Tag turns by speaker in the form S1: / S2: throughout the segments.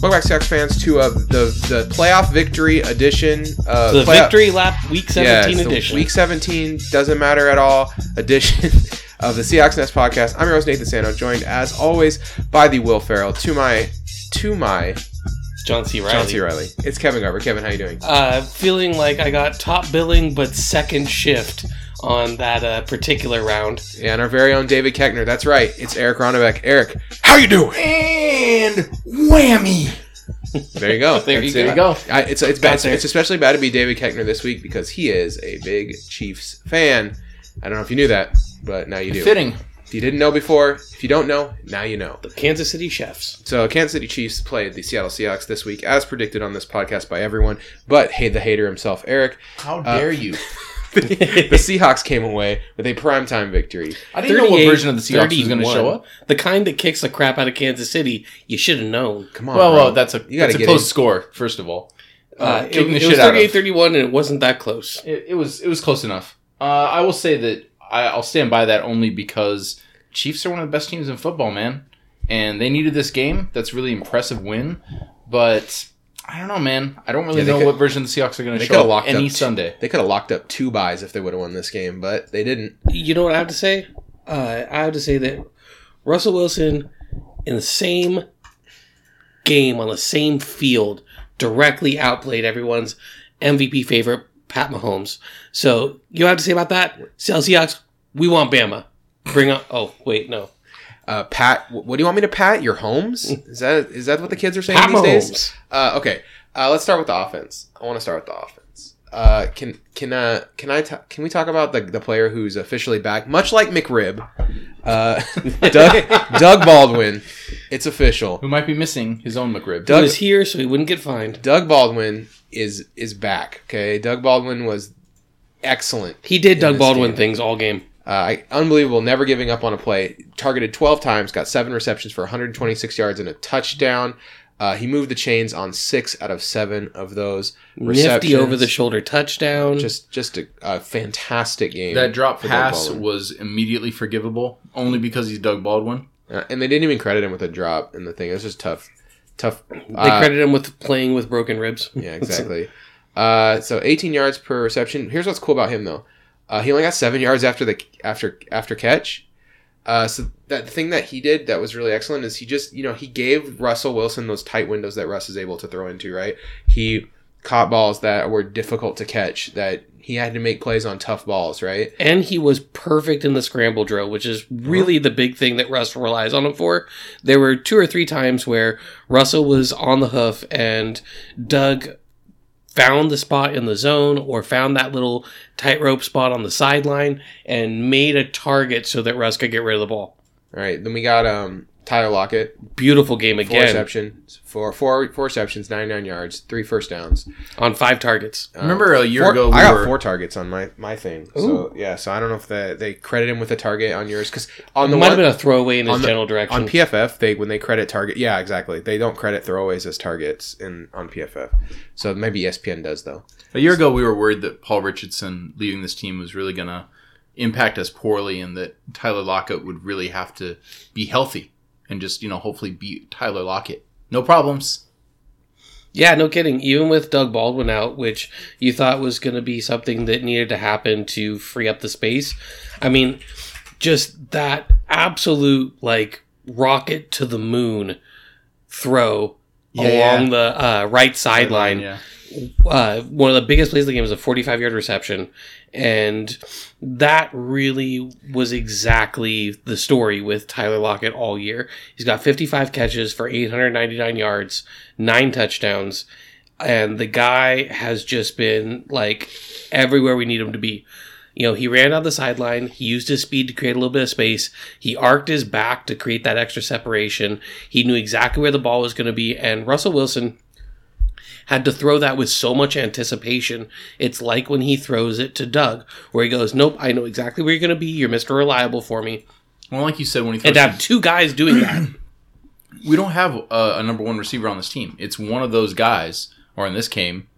S1: Welcome back, Sox fans, to uh, the the playoff victory edition. Uh,
S2: the
S1: playoff-
S2: victory lap week
S1: Yeah, it's
S2: 17
S1: the
S2: edition.
S1: Week 17 doesn't matter at all edition of the Seahawks Nest podcast. I'm your host Nathan Sano, joined as always by the Will Farrell. To my to my
S2: John C. Riley.
S1: John C. Riley. It's Kevin Garber. Kevin, how you doing?
S2: Uh, feeling like I got top billing but second shift on that uh, particular round.
S1: Yeah, and our very own David Keckner. That's right. It's Eric Ronnebeck. Eric, how you doing?
S3: and whammy.
S1: There you go.
S2: There you
S1: That's it.
S2: go.
S1: I, it's it's
S2: Got
S1: bad.
S2: there.
S1: It's especially bad to be David Keckner this week because he is a big Chiefs fan. I don't know if you knew that, but now you do.
S3: Fitting.
S1: If you didn't know before, if you don't know, now you know.
S2: The Kansas City Chefs.
S1: So Kansas City Chiefs played the Seattle Seahawks this week, as predicted on this podcast by everyone, but hey, the hater himself, Eric.
S3: How
S1: Uh,
S3: dare you?
S1: The Seahawks came away with a primetime victory.
S3: I didn't know what
S2: 38,
S3: version of the Seahawks was going to
S2: 31.
S3: show up.
S2: The kind that kicks the crap out of Kansas City. You should have known.
S1: Come on,
S3: Well,
S1: bro.
S3: well, that's a
S1: You
S3: that's
S1: gotta
S3: a
S1: get
S3: close
S1: in.
S3: score. First of all, uh,
S2: Uh, it,
S3: kicking the
S2: it was
S3: shit out of.
S2: 38 31, and it wasn't that close.
S3: It, it was it was close enough. Uh, I will say that I, I'll stand by that only because Chiefs are one of the best teams in football, man, and they needed this game. That's really impressive win, but. I don't know, man. I don't really
S1: Yeah, they
S3: know
S1: could-
S3: what version of the Seahawks are going
S1: they
S3: to show
S1: coulda
S3: up
S1: locked
S3: any
S1: up-
S3: Sunday.
S1: they could have locked up two buys if they would have won this game, but they didn't.
S2: You know what I have to say? Uh, I have to say that Russell Wilson in the same game on the same field directly outplayed everyone's MVP favorite Pat Mahomes. So you have to say about that? Seattle Seahawks, we want Bama. Bring up. Oh wait, no.
S1: Uh, Pat, wh- what do you want me to pat? Your homes? Is that is that what the kids are saying
S2: Pat
S1: these days?
S2: Mahomes.
S1: Uh, okay, uh, let's start with the offense. I want to start with the offense. Uh, can can uh, can I ta- can we talk about the, the player who's officially back? Much like McRib, uh, Doug, Doug Baldwin. It's official.
S3: Who might be missing his own McRib?
S1: Doug-
S2: He was here, so he wouldn't get fined.
S1: Doug Baldwin is is back. Okay, Doug Baldwin was excellent.
S2: He did Doug
S1: this
S2: Baldwin
S1: game.
S2: things all game.
S1: Uh, unbelievable, never giving up on a play. Targeted 12 times, got seven receptions for 126 yards and a touchdown. Uh, he moved the chains on six out of seven of those receptions.
S2: Nifty over the shoulder touchdown.
S1: Just, just a, a fantastic game.
S3: That drop
S1: for Doug
S3: pass
S1: Baldwin.
S3: was immediately forgivable, only because he's Doug Baldwin.
S1: Uh, and they didn't even credit him with a drop in the thing. It was just tough, tough.
S2: they
S1: uh,
S2: credit him with playing with broken ribs.
S1: Yeah, exactly. Uh, so 18 yards per reception. Here's what's cool about him though. Uh, he only got seven yards after the after after catch. Uh, so that thing that he did that was really excellent is he just you know he gave Russell Wilson those tight windows that Russ is able to throw into right. He caught balls that were difficult to catch that he had to make plays on tough balls right.
S2: and he was perfect in the scramble drill, which is
S1: Uh-huh.
S2: really the big thing that Russ relies on him for. There were two or three times where Russell was on the hoof and Doug found the spot in the zone or found that little tightrope spot on the sideline and made a target so that Russ could get rid of the ball.
S1: All right. Then we got um Tyler Lockett
S2: Beautiful game
S1: four
S2: again
S1: receptions four four four receptions 99 yards three first downs.
S2: on five targets.
S1: Um,
S3: Remember a year
S1: four-
S3: ago, we
S1: I got
S3: were-
S1: four targets on my my thing. So yeah, so I don't know if the, they credit him with a target on yours because on the
S2: Might
S1: one,
S2: have been a throwaway in his
S1: on the-
S2: general direction.
S1: on PFF they when they credit target, yeah, exactly. They don't credit throwaways as targets in on PFF. So maybe E ESPN does though.
S3: A year ago, we were worried that Paul Richardson leaving this team was really going to impact us poorly, and that Tyler Lockett would really have to be healthy and just you know hopefully beat Tyler Lockett. No problems.
S2: Yeah, no kidding. Even with Doug Baldwin out, which you thought was going to be something that needed to happen to free up the space, I mean, just that absolute like rocket to the moon throw
S3: Yeah,
S2: along
S3: yeah.
S2: the uh, right sideline.
S3: Yeah.
S2: Uh, one of the biggest plays of the game was a 45 yard reception, and that really was exactly the story with Tyler Lockett all year. He's got 55 catches for 899 yards, nine touchdowns, and the guy has just been like everywhere we need him to be. You know, he ran down the sideline. He used his speed to create a little bit of space. He arced his back to create that extra separation. He knew exactly where the ball was going to be. And Russell Wilson had to throw that with so much anticipation. It's like when he throws it to Doug, where he goes, Nope, I know exactly where you're going to be. You're Mr. Reliable for me.
S3: Well, like you said, when he throws
S2: And to have two guys doing that.
S3: we don't have a, a number one receiver on this team. It's one of those guys, or in this game,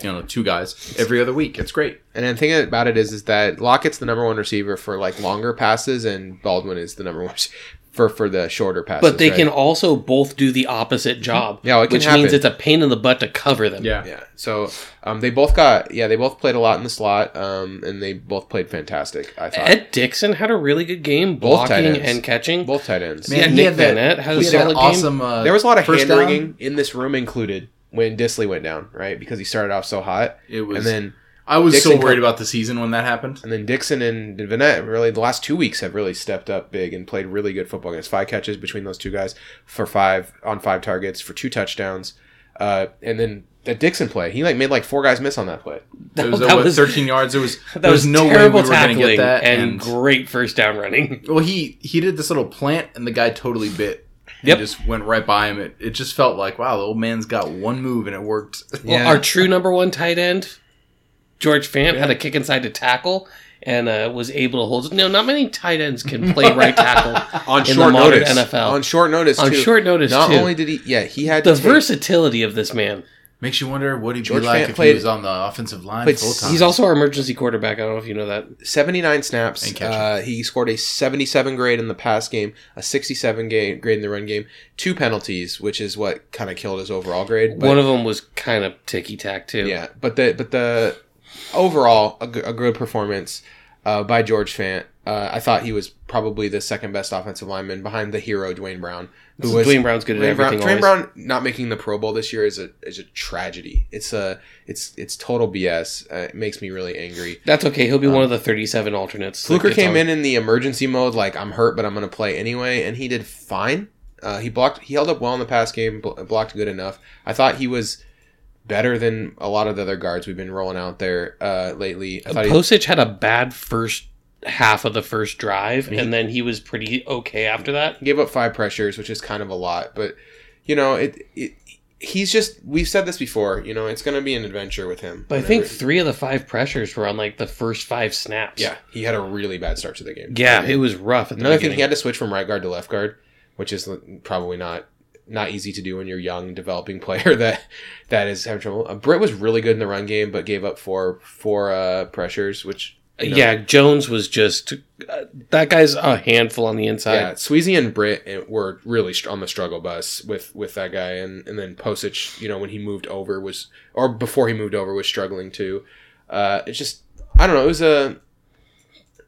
S3: you know, two guys every other week. It's great.
S1: And then the thing about it is, is that Lockett's the number one receiver for like longer passes, and Baldwin is the number one. rece- for for the shorter passes.
S2: But they
S1: right?
S2: can also both do the opposite job.
S1: Yeah, well, it can
S2: which means
S1: happen.
S2: it's a pain in the butt to cover them.
S3: Yeah.
S1: Yeah. So um, they both got yeah they both played a lot in the slot um, and they both played fantastic. I thought
S2: Ed Dixon had a really good game
S1: Both tight
S2: blocking
S1: ends.
S2: and catching.
S1: both tight ends.
S2: Man, Yeah, Nick Vanette had a
S4: he
S2: solid game.
S4: awesome. Uh,
S1: there was a lot of
S4: first
S1: hand
S4: down.
S1: wringing in this room included when Disley went down right because he started off so hot
S4: It
S1: and
S4: was.
S1: then
S4: I was
S1: Dixon
S4: so worried
S1: come-
S4: about the season when that happened.
S1: and then Dixon and Vinette really the last two weeks have really stepped up big and played really good football games. Five catches between those two guys for five on five targets for two touchdowns, uh, and then that Dixon play he like made like four guys miss on that play.
S4: It was,
S2: That
S4: uh, what,
S2: was-
S4: 13 yards. There was
S2: That
S4: there was,
S2: was
S4: no way we
S2: terrible
S4: were going to
S2: tackling
S4: get that.
S2: and,
S4: And,
S2: great first down running.
S4: well, he he did this little plant, and the guy totally bit. He
S2: Yep.
S4: just went right by him. It, it just felt like wow, the old man's got one move, and it worked.
S2: Well, our true number one tight end, George Fant, had a kick inside to tackle and uh, was able to hold. No, not many tight ends can play right tackle
S1: on
S2: in the
S1: short
S2: modern
S1: notice.
S2: NFL.
S1: On short notice.
S2: on
S1: too.
S2: short notice.
S1: Not
S2: too.
S1: only did he, yeah, he had
S2: the
S1: to take-
S2: versatility of this man.
S4: Makes you wonder what he'd
S1: George
S4: be like
S1: Fant
S4: if
S1: played-
S4: he was on the offensive line
S1: played-
S4: full time.
S2: He's also our emergency quarterback. I don't know if you know that.
S1: 79 snaps.
S4: And catching.
S1: Uh, he scored a 77 grade in the pass game, a 67 ga- grade in the run game, two penalties, which is what kind of killed his overall grade. But,
S2: One of them was kind of ticky tack too.
S1: yeah, but the but the overall a, g- a good performance uh, by George Fant. Uh, I thought he was probably the second best offensive lineman behind the hero Dwayne Brown, who was
S2: Dwayne Brown's good at
S1: Dwayne Brown,
S2: everything.
S1: Dwayne
S2: always.
S1: Brown not making the Pro Bowl this year is a is a tragedy. It's a it's it's total BS. Uh, it makes me really angry.
S2: That's okay. He'll be
S1: Um,
S2: one of the 37 alternates. that
S1: Fluker
S2: gets
S1: came
S2: on.
S1: in in the emergency mode, like I'm hurt, but I'm going to play anyway, and he did fine. Uh, he blocked. He held up well in the pass game. Bl- blocked good enough. I thought he was better than a lot of the other guards we've been rolling out there uh, lately. I thought he,
S2: Postage had a bad first half of the first drive,
S1: Mhm.
S2: and then he was pretty okay after that.
S1: He gave up five pressures, which is kind of a lot, but you know it. it he's just. We've said this before. You know, it's going to be an adventure with him.
S2: But I think
S1: Whenever-
S2: three of the five pressures were on like the first five snaps.
S1: Yeah, he had a really bad start to the game.
S2: Yeah, it was rough. At the
S1: Another thing,
S2: beginning.
S1: he had to switch from right guard to left guard, which is l- probably not not easy to do when you're a young developing player that that is having trouble. Uh, Britt was really good in the run game, but gave up four four uh, pressures, which you know,
S2: Yeah, Jones was just uh, that guy's a handful on the
S1: yeah.
S2: inside.
S1: Sweezy and Britt uh, were really str- on the struggle bus with with that guy, and and then Posich, you know, when he moved over was or before he moved over was struggling too. Uh, it's just I don't know. It was a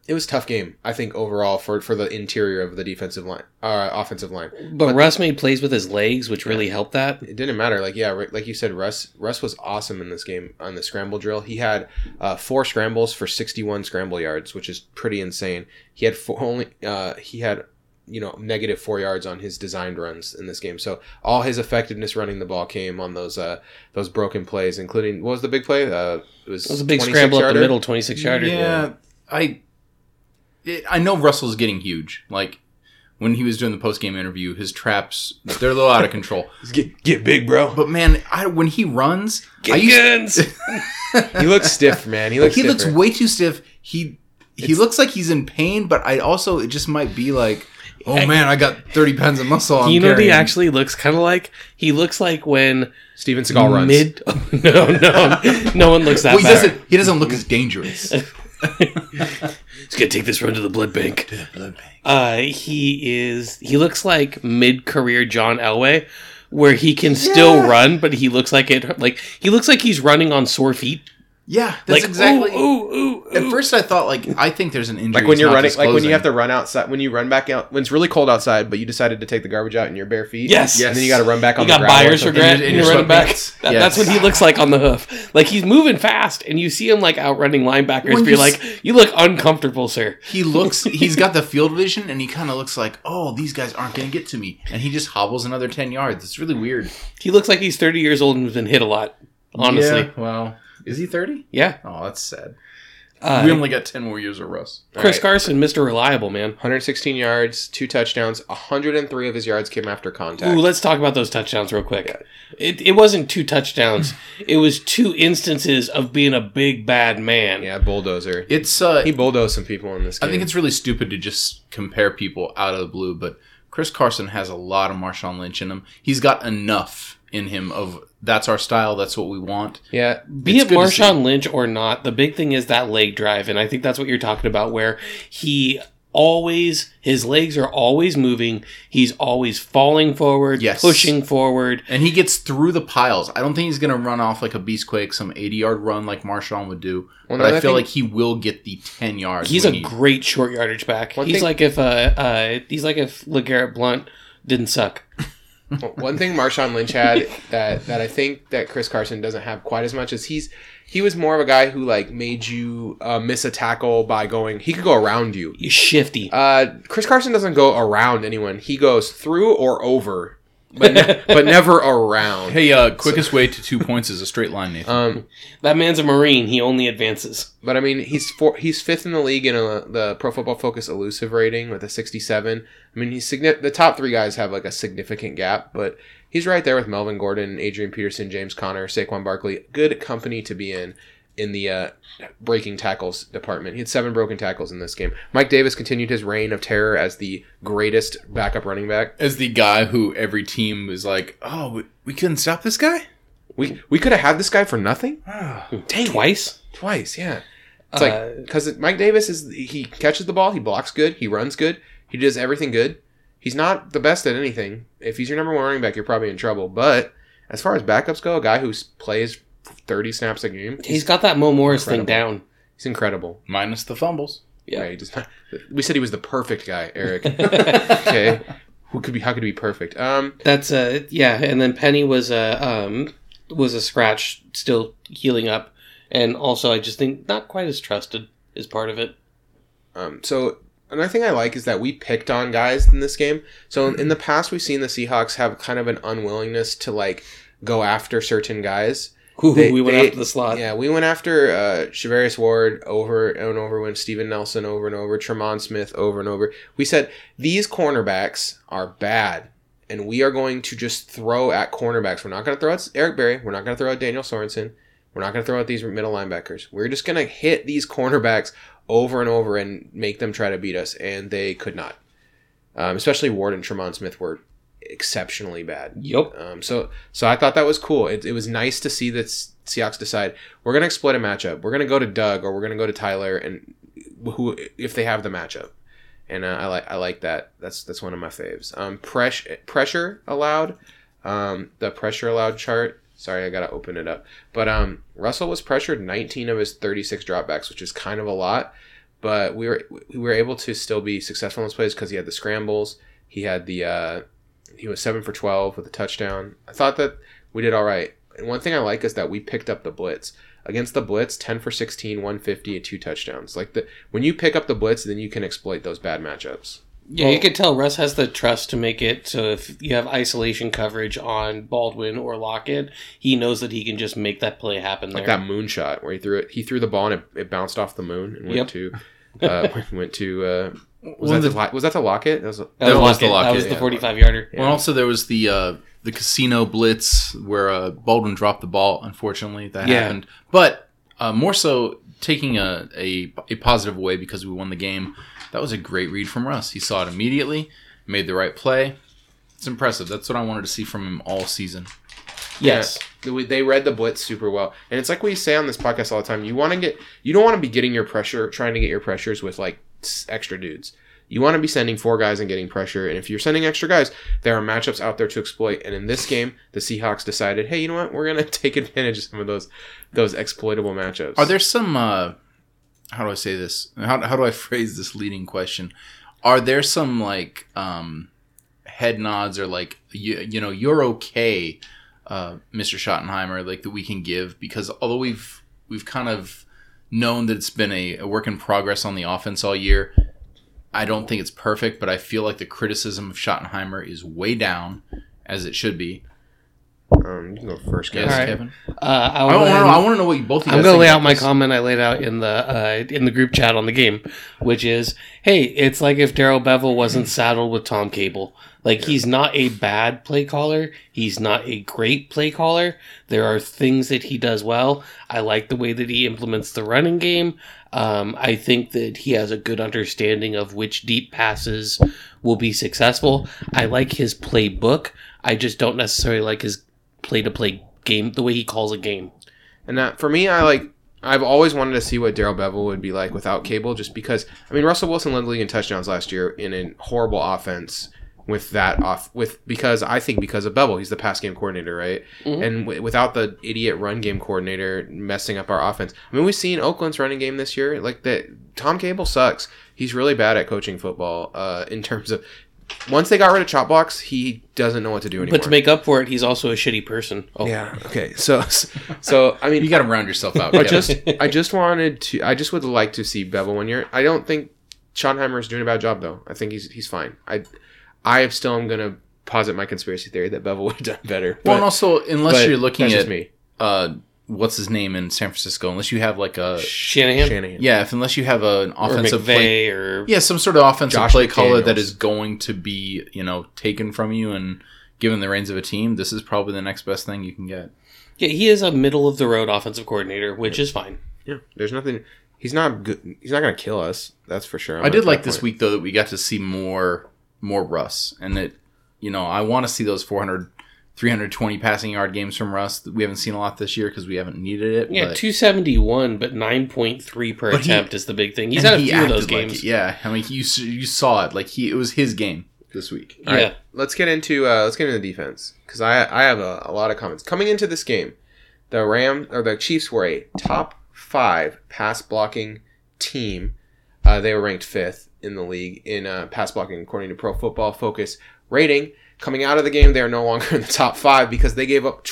S1: it was a tough game, I think overall for for the interior of the defensive line, uh, offensive line.
S2: but, Russ made plays with his legs, which really helped that.
S1: it didn't matter. Like yeah, Ru- like you said, Russ Russ was awesome in this game on the scramble drill. He had uh, four scrambles for sixty one scramble yards, which is pretty insane. He had four, only uh, he had you know negative four yards on his designed runs in this game. So all his effectiveness running the ball came on those uh, those broken plays, including what was the big play? Uh, it was,
S2: It was a big
S1: 26
S2: scramble up the
S1: yarder?
S2: middle, 26 yarder.
S4: Yeah, I it, I know Russell's getting huge. Like when he was doing the post game interview, his traps they're a little out of control.
S1: Get, get big, bro.
S4: But man, I, when he runs, I
S2: Get
S4: used-
S2: guns!
S1: He looks stiff, man. He looks.
S4: he looks
S1: stiffer.
S4: way too stiff. He he
S1: It's-
S4: looks like he's in pain, but I also it just might be like, oh
S2: I-
S4: man, I got thirty pounds of muscle. I'm
S2: you know what he
S4: carrying."
S2: actually looks kind of like? He looks like when
S1: Steven Seagal runs.
S2: mid. no, no, no one looks that
S4: Well, he
S2: bad.
S4: doesn't. He doesn't look as dangerous.
S2: He's gonna take this run to the blood bank. Uh, he is. He looks like mid-career John Elway, where he can still
S4: Yeah.
S2: run, but he looks like it. Like he looks like he's running on sore feet.
S4: Yeah, that's
S2: Like
S4: exactly.
S2: Ooh, ooh, ooh,
S4: At
S2: ooh.
S4: first, I thought like I think there's an injury.
S1: like when
S4: It's
S1: you're
S4: not
S1: running, like when
S4: disclosing.
S1: you have to run outside, when you run back out, when it's really cold outside, but you decided to take the garbage out in your bare feet.
S2: Yes.
S1: And then you got to run back on
S2: You
S1: the
S2: got
S1: gravel or
S2: buyer's
S1: something.
S2: regret. And
S4: In your- in
S2: you're
S4: your
S2: running back.
S4: sweatpants.
S2: That-
S4: Yes.
S2: That's what he looks like on the hoof. Like he's moving fast, and you see him like outrunning linebackers.
S4: When
S2: But
S4: you
S2: you're like, you look uncomfortable, sir.
S4: he looks he's got the field vision and he kind of looks like oh these guys aren't going to get to me and he just hobbles another 10 yards it's really weird
S2: He looks like he's 30 years old and has been hit a lot. Honestly,
S4: Yeah, well is he 30
S2: yeah.
S4: oh that's sad
S2: Uh,
S4: we only got 10 more years of russ
S2: Chris
S1: Alright.
S2: Carson, Mr. Reliable, man.
S1: 116 yards, two touchdowns, 103 of his yards came after contact.
S2: Ooh, let's talk about those touchdowns real quick. It, it wasn't two touchdowns. it was two instances of being a big bad man.
S1: yeah, bulldozer.
S4: it's uh
S1: He bulldozed some people in this
S4: i
S1: game.
S4: think it's really stupid to just compare people out of the blue but chris carson has a lot of marshawn lynch in him he's got enough in him of that's our style that's what we want
S1: yeah,
S2: Be
S4: It's
S2: it
S4: good to see.
S2: Marshawn Lynch or not, the big thing is that leg drive, and I think that's what you're talking about, where he always his legs are always moving. He's always falling forward,
S4: Yes.
S2: pushing forward.
S4: And he gets through the piles. I don't think he's going to run off like a Beastquake, some 80 yard run like Marshawn would do.
S1: Well,
S4: but I
S1: another
S4: feel
S1: thing-
S4: like he will get the 10 yards.
S2: He's
S4: we
S2: a
S4: need.
S2: great short yardage back.
S1: One
S2: he's
S1: thing-
S2: like if uh, uh he's like if LeGarrette Blunt didn't suck.
S1: Well, One thing Marshawn Lynch had that that I think that Chris Carson doesn't have quite as much is he's he was more of a guy who like made you uh, miss a tackle by going he could go around you.
S2: He's shifty.
S1: Uh, Chris Carson doesn't go around anyone. He goes through or over, but ne- but never around.
S4: Hey, uh, quickest.
S3: Quickest way to two points is a straight line, Nathan.
S1: Um,
S2: That man's a Marine. He only advances.
S1: but I mean he's four, he's fifth in the league in a, the Pro Football Focus elusive rating with a 67. I mean he's signi- the top three guys have like a significant gap, but he's right there with Melvin Gordon, Adrian Peterson, James Conner, Saquon Barkley. Good company to be in in the uh, breaking tackles department. He had seven broken tackles in this game. Mike Davis continued his reign of terror as the greatest backup running back.
S4: As the guy who every team was like, oh, we- we couldn't stop this guy?
S1: We we could have had this guy for nothing
S2: Dang Twice.
S1: twice. Yeah, it's
S2: Uh,
S1: like because Mike Davis is he catches the ball, he blocks good, he runs good, he does everything good. He's not the best at anything. If he's your number one running back, you're probably in trouble. But as far as backups go, a guy who s- plays 30 snaps a game,
S2: He's got that Mo Morris
S1: Incredible.
S2: thing down.
S1: he's incredible.
S4: Minus the fumbles.
S2: Yeah.
S1: Right, he does not- we said he was the perfect guy, Eric. okay, who could be? How could he be perfect? Um,
S2: That's uh yeah, and then Penny was a um was a scratch still healing up, and also I just think not quite as trusted is part of it.
S1: Um, so another thing I like is that we picked on guys in this game. So in, in the past, we've seen the Seahawks have kind of an unwillingness to like go after certain guys.
S2: Who
S1: They-
S2: we went
S1: they-
S2: after the slot.
S1: Yeah, we went after uh, Shavarius Ward over and over, when Steven Nelson over and over, Tremont Smith over and over. We said these cornerbacks are bad, and we are going to just throw at cornerbacks. We're not going to throw at Eric Berry. We're not going to throw at Daniel Sorensen. We're not going to throw at these middle linebackers. We're just going to hit these cornerbacks over and over and make them try to beat us, and they could not. Um, especially Ward and Tremont Smith were exceptionally bad.
S2: Yup.
S1: Um, so so I thought that was cool. It, it was nice to see that S- Seahawks decide we're going to exploit a matchup. We're going to go to Doug or we're going to go to Tyler and who if they have the matchup. And uh, I like I like that. That's that's one of my faves. Um, press, pressure allowed. Um, the pressure allowed chart. Sorry, I gotta open it up. But um, Russell was pressured 19 of his 36 dropbacks, which is kind of a lot. But we were we were able to still be successful in those plays because he had the scrambles. He had the uh, he was seven for 12 with a touchdown. I thought that we did all right. And one thing I like is that we picked up the blitz. Against the blitz, 10 for 16, 150, and two touchdowns. Like the when you pick up the blitz, then you can exploit those bad matchups.
S2: Yeah, you could tell Russ has the trust to make it so if you have isolation coverage on Baldwin or Lockett, he knows that he can just make that play happen there.
S1: Like that moonshot where he threw it. He threw the ball and it, it bounced off the moon and went
S2: Yep.
S1: to uh, went to uh, was
S4: One
S1: that
S4: of
S1: the,
S4: the-
S1: to, Lo- was that to Lockett? That was a,
S2: that
S4: That
S2: was
S4: was the
S2: Lockett. That
S4: Lockett,
S2: was the
S1: yeah.
S2: 45 yarder.
S1: Yeah.
S4: Well, also there was the uh, the casino blitz where uh, Baldwin dropped the ball. Unfortunately, that
S2: Yeah.
S4: happened. But uh, more so, taking a, a a positive way because we won the game. That was a great read from Russ. He saw it immediately, made the right play. It's impressive. That's what I wanted to see from him all season.
S2: Yes.
S1: We- they read the blitz super well and it's like we say on this podcast all the time you want to get you don't want to be getting your pressure trying to get your pressures with like s- extra dudes you want to be sending four guys and getting pressure and if you're sending extra guys there are matchups out there to exploit and in this game the seahawks decided hey you know what we're going to take advantage of some of those those exploitable matchups
S4: Are there some? Uh, how do I say this? How, how do I phrase this leading question? Are there some like um, head nods or like you, you know you're okay, uh, Mr. Schottenheimer, like that we can give because although we've we've kind of known that it's been a, a work in progress on the offense all year. I don't think it's perfect, but I feel like the criticism of Schottenheimer is way down, as it should be.
S1: um, you can go first guys
S4: Yes,
S2: All right.
S4: Kevin.
S2: Uh, I
S4: I
S2: will
S4: want to
S2: then-
S4: know. I want to know what you both. of you
S2: I'm
S4: guys
S2: going to
S4: think
S2: lay
S4: about
S2: out my
S4: this.
S2: comment I laid out in the uh, in the group chat on the game, which is, hey, it's like if Daryl Bevel wasn't saddled with Tom Cable. Like he's not a bad play caller. He's not a great play caller. There are things that he does well. I like the way that he implements the running game. Um, I think that he has a good understanding of which deep passes will be successful. I like his playbook. I just don't necessarily like his play to play game the way he calls a game.
S1: And that, for me, I like I've always wanted to see what Daryl Bevell would be like without Cable, just because I mean Russell Wilson led the league in touchdowns last year in a horrible offense with that off with because I think because of Bevell, he's the pass game coordinator, right?
S2: Mhm.
S1: And w- without the idiot run game coordinator messing up our offense, I mean we've seen Oakland's running game this year. Like that, Tom Cable sucks. He's really bad at coaching football. Uh, in terms of once they got rid of chop blocks, he doesn't know what to do anymore.
S2: But to make up for it, he's also a shitty person. Oh,
S1: yeah, okay, so so I mean
S4: You got to round yourself out.
S1: I
S4: Kevin.
S1: just I just wanted to I just would like to see Bevel one year. I don't think Schottenheimer's doing a bad job though. I think he's he's fine. I I am still am gonna posit my conspiracy theory that Bevel would have done better.
S4: well, and
S1: but-
S4: also unless
S1: but
S4: you're looking
S1: that's just
S4: at
S1: me.
S4: uh, what's his name in San Francisco, unless you have like a
S2: uh, Shanahan,
S1: Shanahan.
S4: yeah, if unless you have an
S2: or
S4: offensive
S2: McVay,
S4: play,
S2: or
S4: yeah, some sort of offensive
S1: Josh
S4: play caller
S1: McDaniels.
S4: that is going to be you know taken from you and given the reins of a team, this is probably the next best thing you can get.
S2: yeah, he is a middle of the road offensive coordinator, which is fine.
S1: Yeah. There's nothing he's not good he's not gonna kill us, that's for sure.
S4: I did like this week though that we got to see more more Russ and that you know I want to see those 400 320 passing yard games from Russ. We haven't seen a lot this year because we haven't needed it.
S2: Yeah,
S4: but,
S2: two seventy one, but nine point three per
S4: But he-
S2: attempt is the big thing. He's
S4: and
S2: had a
S4: he
S2: few of those
S4: acted like
S2: games.
S4: it. Yeah, I mean you s- you saw it like he it was his game this week.
S1: All right.
S2: yeah.
S1: Let's get into uh, let's get into the defense because I I have a, a lot of comments coming into this game. The Rams or the Chiefs were a top five pass blocking team. Uh, they were ranked fifth in the league in uh, pass blocking according to Pro Football Focus rating. Coming out of the game, they are no longer in the top five because they gave up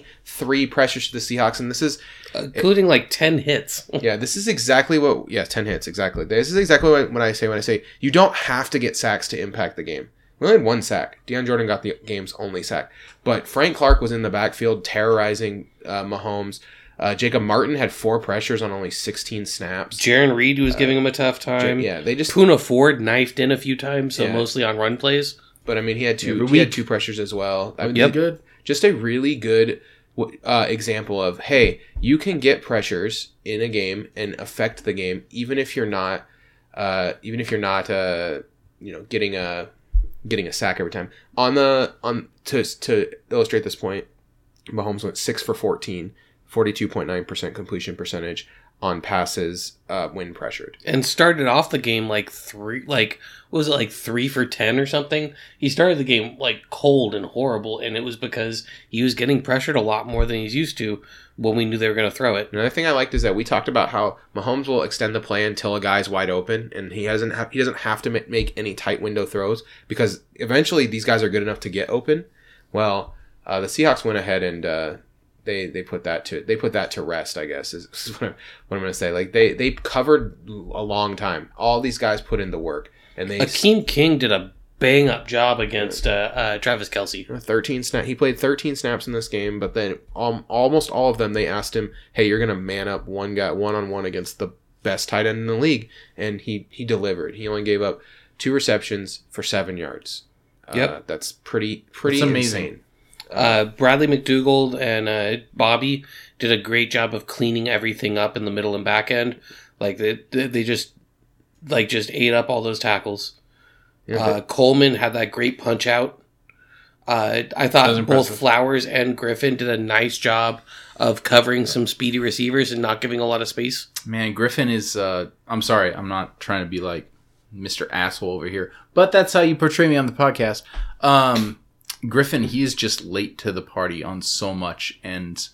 S1: 23 pressures to the Seahawks, and this is
S4: Uh,
S2: including like 10 hits.
S1: yeah, this is exactly what. Yeah, ten hits exactly. This is exactly what, what I say when I say you don't have to get sacks to impact the game. We only had one sack. Deion Jordan got the game's only sack, but Frank Clark was in the backfield terrorizing uh, Mahomes. Uh, Jacob Martin had four pressures on only sixteen snaps.
S2: Jaron Reed was giving him a tough time.
S1: yeah, they just.
S2: Puna Ford knifed in a few times, so
S1: Yeah.
S2: mostly on run plays.
S1: But I mean, he had two.
S4: Yeah, but
S1: he had
S4: we-
S1: two pressures as well. I mean,
S2: Yep.
S4: Good.
S1: just a really good w- uh, example of hey, you can get pressures in a game and affect the game, even if you're not, uh, even if you're not, uh, you know, getting a getting a sack every time. On the on to to illustrate this point, Mahomes went six for 14, 42.9 percent completion percentage on passes uh, when pressured.
S2: And started off the game like three, like, what was it like three for 10 or something? He started the game like cold and horrible, and it was because he was getting pressured a lot more than he's used to when we knew they were going to throw it.
S1: Another thing I liked is that we talked about how Mahomes will extend the play until a guy's wide open, and he hasn't ha- he doesn't have to ma- make any tight window throws because eventually these guys are good enough to get open. Well, uh, the Seahawks went ahead and uh, they they put that to they put that to rest. I guess is, is what I'm, what I'm going to say. Like they they covered a long time. All these guys put in the work, and they
S2: Akeem King did a bang up job against uh, uh, Travis Kelsey.
S1: 13 snap. He played 13 snaps in this game, but then um, almost all of them they asked him, "Hey, you're going to man up one guy one on one against the best tight end in the league," and he he delivered. He only gave up two receptions for seven yards. Uh,
S2: Yep.
S1: that's pretty pretty
S4: That's amazing.
S1: amazing.
S2: Uh, Bradley McDougald and uh, Bobby did a great job of cleaning everything up in the middle and back end. Like they, they they just like just ate up all those tackles.
S1: Yeah,
S2: uh, Coleman had that great punch out. Uh, I thought both
S4: was impressive.
S2: Flowers and Griffin did a nice job of covering some speedy receivers and not giving a lot of space.
S4: Man, Griffin is. Uh, I'm sorry, I'm not trying to be like Mr. Asshole over here, but that's how you portray me on the podcast. Um, Griffin, he is just late to the party on so much, and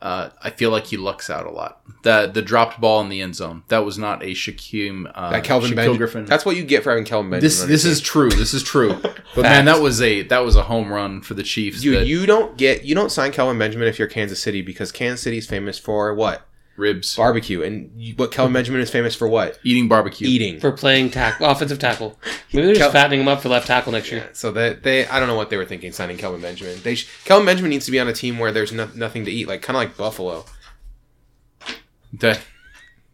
S4: uh, I feel like he lucks out a lot. The the dropped ball in the end zone that was not a Shaquem uh,
S1: that Kelvin
S4: Shaquille
S1: Benjamin.
S4: Griffin.
S1: That's what you get for having Kelvin Benjamin.
S4: this
S1: on your
S4: this
S1: team.
S4: is true. This is true. But man, that was a that was a home run for the Chiefs.
S1: you.
S4: that-
S1: You don't get you don't sign Kelvin Benjamin if you're Kansas City because Kansas City's famous for what
S4: ribs
S1: barbecue, and you, what Kelvin Benjamin is famous for what
S4: eating barbecue.
S1: eating.
S2: For playing tack offensive tackle, maybe they're
S1: Kel-
S2: just fattening him up for left tackle next year.
S1: Yeah, so that they, I don't know what they were thinking signing Kelvin Benjamin. They, sh- Kelvin Benjamin needs to be on a team where there's no- nothing to eat, like kind of like Buffalo.
S4: That,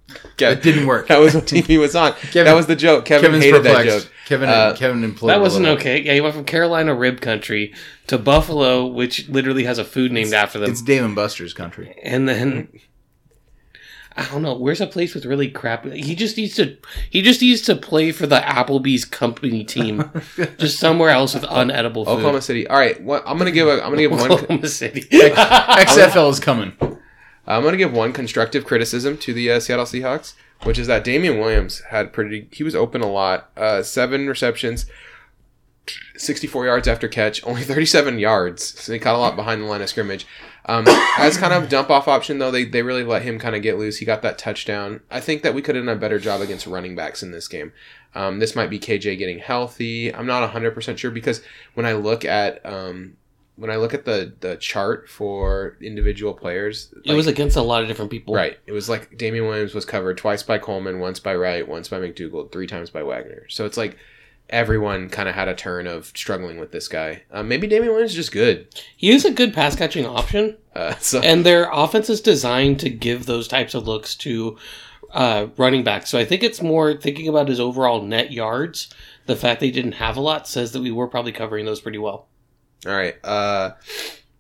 S1: Yeah,
S4: that didn't work.
S1: that was what team he was on.
S4: Kevin-
S1: that was the joke. Kevin
S4: Kevin's
S1: hated that
S4: perplexed.
S1: joke.
S4: Kevin
S1: Uh,
S4: Kevin employed
S2: That
S4: a
S2: wasn't
S4: little-
S2: okay. Yeah, he went from Carolina Rib Country to Buffalo, which literally has a food named after them.
S4: It's Dave and Buster's country.
S2: and then I don't know. Where's a place with really crap? He just needs to. He just needs to play for the Applebee's company team, just somewhere else with unedible food.
S1: Oklahoma City. All right, what, I'm gonna give a. I'm gonna give one.
S2: Oklahoma City.
S4: XFL is coming.
S1: I'm going to give one constructive criticism to the uh, Seattle Seahawks, which is that Damian Williams had pretty. He was open a lot. Uh, seven receptions, 64 yards after catch, only 37 yards. So he caught a lot behind the line of scrimmage. Um, as kind of dump off option though, they, they really let him kind of get loose. He got that touchdown. I think that we could have done a better job against running backs in this game. Um, this might be KJ getting healthy. I'm not 100% sure because when I look at um, when I look at the the chart for individual players,
S2: it
S1: like-
S2: was against a lot of different people.
S1: Right. It was like Damian Williams was covered twice by Coleman, once by Wright, once by McDougald, three times by Wagner. So it's like everyone kind of had a turn of struggling with this guy. Um, maybe Damian Williams is just good.
S2: He is a good pass catching option,
S1: Uh, so
S2: and their offense is designed to give those types of looks to uh, running backs. So I think it's more thinking about his overall net yards. The fact they didn't have a lot says that we were probably covering those pretty well.
S1: all right. Uh,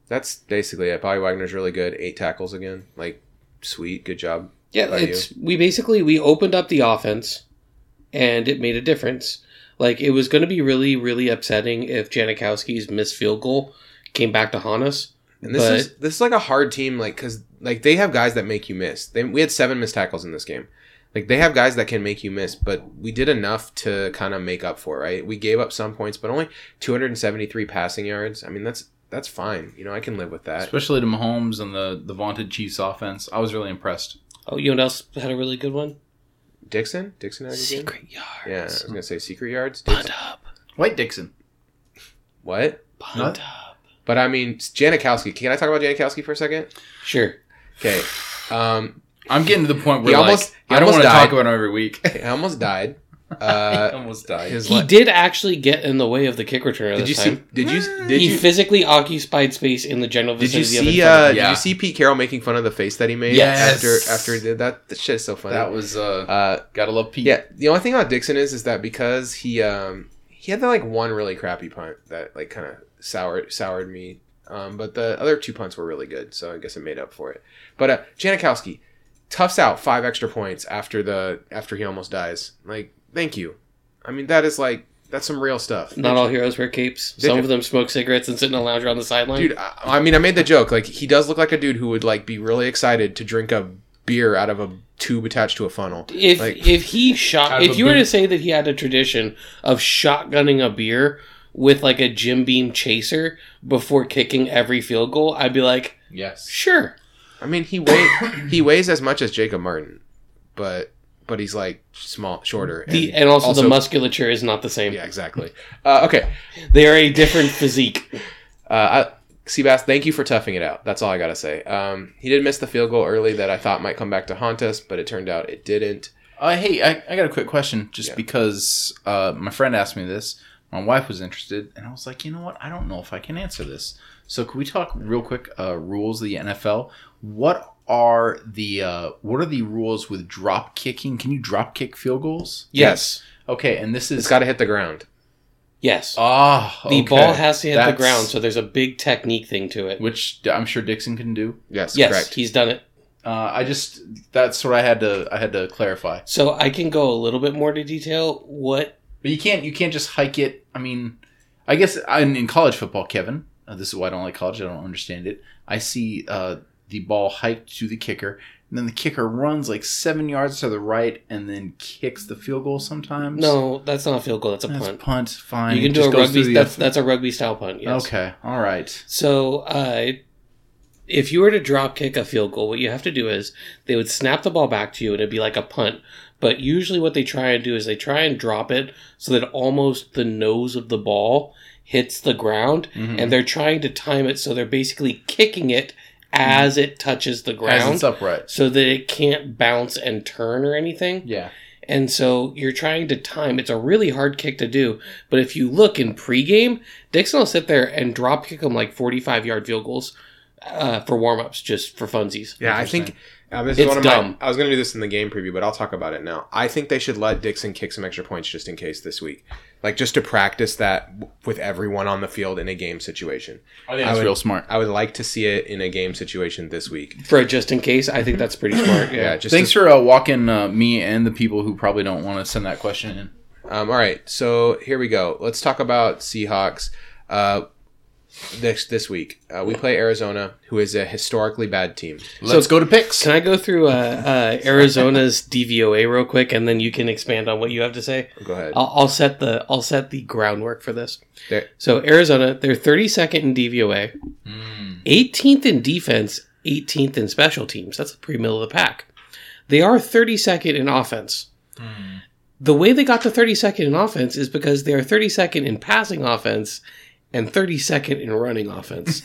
S1: that's basically it. Bobby Wagner's really good. Eight tackles again. Like sweet, good job.
S2: Yeah,
S1: about
S2: it's we basically we opened up the offense, and it made a difference. Like it was going to be really, really upsetting if Janikowski's missed field goal came back to haunt us.
S1: And this
S2: But-
S1: is this is like a hard team, like because like they have guys that make you miss. They, we had seven missed tackles in this game. Like they have guys that can make you miss, but we did enough to kind of make up for. it, Right, we gave up some points, but only 273 passing yards. I mean, that's that's fine. You know, I can live with that.
S4: especially to Mahomes and the the vaunted Chiefs offense. I was really impressed.
S2: Oh, you know what else had a really good one?
S1: Dixon, Dixon, had a good game?
S2: Secret yards.
S1: yeah, I was gonna say secret yards. Dixon.
S2: Punt up.
S4: White Dixon.
S1: What?
S2: Punt up.
S1: But I mean, Janikowski. Can I talk about Janikowski for a second?
S2: Sure.
S1: Okay. Um,
S4: I'm getting to the point
S1: He
S4: where
S1: almost-
S4: like,
S1: he
S4: I don't
S1: almost
S4: want to
S1: died.
S4: talk about him every week.
S1: I almost died. Uh,
S4: almost died.
S1: his
S2: He
S1: le-
S2: did actually get in the way of the kick returner
S1: did
S2: this
S1: you
S2: time.
S1: see? Did you? Did
S2: he
S1: you?
S2: physically occupied space in the general
S1: Did you
S2: vicinity
S1: see?
S2: of
S1: Uh,
S2: Antonio.
S1: Did
S4: Yeah.
S1: you see Pete Carroll making fun of the face that he made
S4: Yes.
S1: after after he did that? That shit is so funny.
S4: That was uh,
S1: uh,
S4: gotta love Pete.
S1: yeah. The only thing about Dixon is is that because he um he had that like one really crappy punt that like kind of soured soured me. Um, but the other two punts were really good, so I guess it made up for it. But uh, Janikowski toughs out five extra points after the after he almost dies. Like, thank you. I mean, that is like that's some real stuff.
S2: Not all heroes wear capes.
S1: Did
S2: Some
S1: you-
S2: of them smoke cigarettes and sit in a lounger on the sideline.
S1: Dude, I, I mean, I made the joke. Like, he does look like a dude who would like be really excited to drink a beer out of a tube attached to a funnel.
S2: if
S1: like-
S2: if he shot
S4: Out of
S2: if
S4: a
S2: you were
S4: boot.
S2: to say that he had a tradition of shotgunning a beer with like a Jim Beam chaser before kicking every field goal, I'd be like,
S4: Yes.
S2: sure.
S1: I mean, he weighs he weighs as much as Jacob Martin, but but he's like small, shorter. And
S2: The and also, the
S1: also-
S2: musculature is not the same.
S1: yeah, exactly. Uh, okay,
S2: They are a different physique.
S1: uh, I, Seabass, thank you for toughing it out. That's all I gotta say. Um, he did miss the field goal early that I thought might come back to haunt us, but it turned out it didn't.
S4: Uh, hey, I, I got a quick question just
S1: Yeah.
S4: because uh, my friend asked me this. My wife was interested, and I was like, you know what? I don't know if I can answer this. So, can we talk real quick? Uh, rules of the NFL. What are the uh, what are the rules with drop kicking? Can you drop kick field goals?
S2: Yes.
S4: Okay, and this
S1: It's
S4: is
S1: got to hit the ground.
S2: Yes.
S4: ah
S2: the
S4: okay.
S2: ball has to hit the
S4: That's-
S2: ground, so there's a big technique thing to it.
S4: which I'm sure Dixon can do.
S1: Yes,
S2: yes,
S1: correct.
S2: he's done it.
S4: Uh, I just that's what I had to I had to clarify.
S2: So I can go a little bit more to detail what
S4: But you can't you can't just hike it. I mean, I guess in, in college football, Kevin, uh, this is why I don't like college. I don't understand it. I see uh, the ball hiked to the kicker, and then the kicker runs like seven yards to the right, and then kicks the field goal. Sometimes
S2: No, that's not a field goal, that's a
S4: that's punt.
S2: punt.
S4: Fine,
S2: You can
S4: It
S2: do a
S4: just goes through
S2: rugby
S4: the
S2: that's
S4: oth-
S2: that's a rugby style punt, yes.
S4: Okay, all right.
S2: So, uh, if you were to drop kick a field goal, what you have to do is they would snap the ball back to you and it'd be like a punt. But usually, what they try and do is they try and drop it so that almost the nose of the ball hits the ground,
S4: Mhm.
S2: Mm-hmm. and they're trying to time it so they're basically kicking it as it touches the
S4: As
S2: ground
S4: it's upright.
S2: so that it can't bounce and turn or anything.
S4: Yeah.
S2: And so you're trying to time. It's a really hard kick to do. But if you look in pregame, Dixon will sit there and drop kick them like 45 yard field goals uh, for warm ups just for funsies.
S1: Yeah, I
S4: Interesting.
S1: think um, this is
S2: It's
S1: one of
S2: dumb.
S1: my. I was going to do this in the game preview, but I'll talk about it now. I think they should let Dixon kick some extra points just in case this week, like just to practice that w- with everyone on the field in a game situation.
S4: I think
S1: I
S4: that's
S1: would-
S4: real smart.
S1: I would like to see it in a game situation this week.
S2: For a just in case, I think that's pretty smart.
S1: Yeah,
S2: Yeah.
S1: just
S4: Thanks
S1: to-
S4: for uh, walking uh, me and the people who probably don't want to send that question in.
S1: um, all right, so here we go. Let's talk about Seahawks. Uh, this this week. Uh, we play Arizona, who is a historically bad team.
S3: Let's go to picks.
S2: Can I go through uh, uh, Arizona's DVOA real quick, and then you can expand on what you have to say?
S1: Go ahead.
S2: I'll, I'll set the I'll set the groundwork for this.
S1: There-
S2: So Arizona, they're 32nd in DVOA, 18th in defense, 18th in special teams. That's pretty middle of the pack. They are 32nd in offense. The way they got to 32nd in offense is because they are 32nd in passing offense and 32nd in running offense.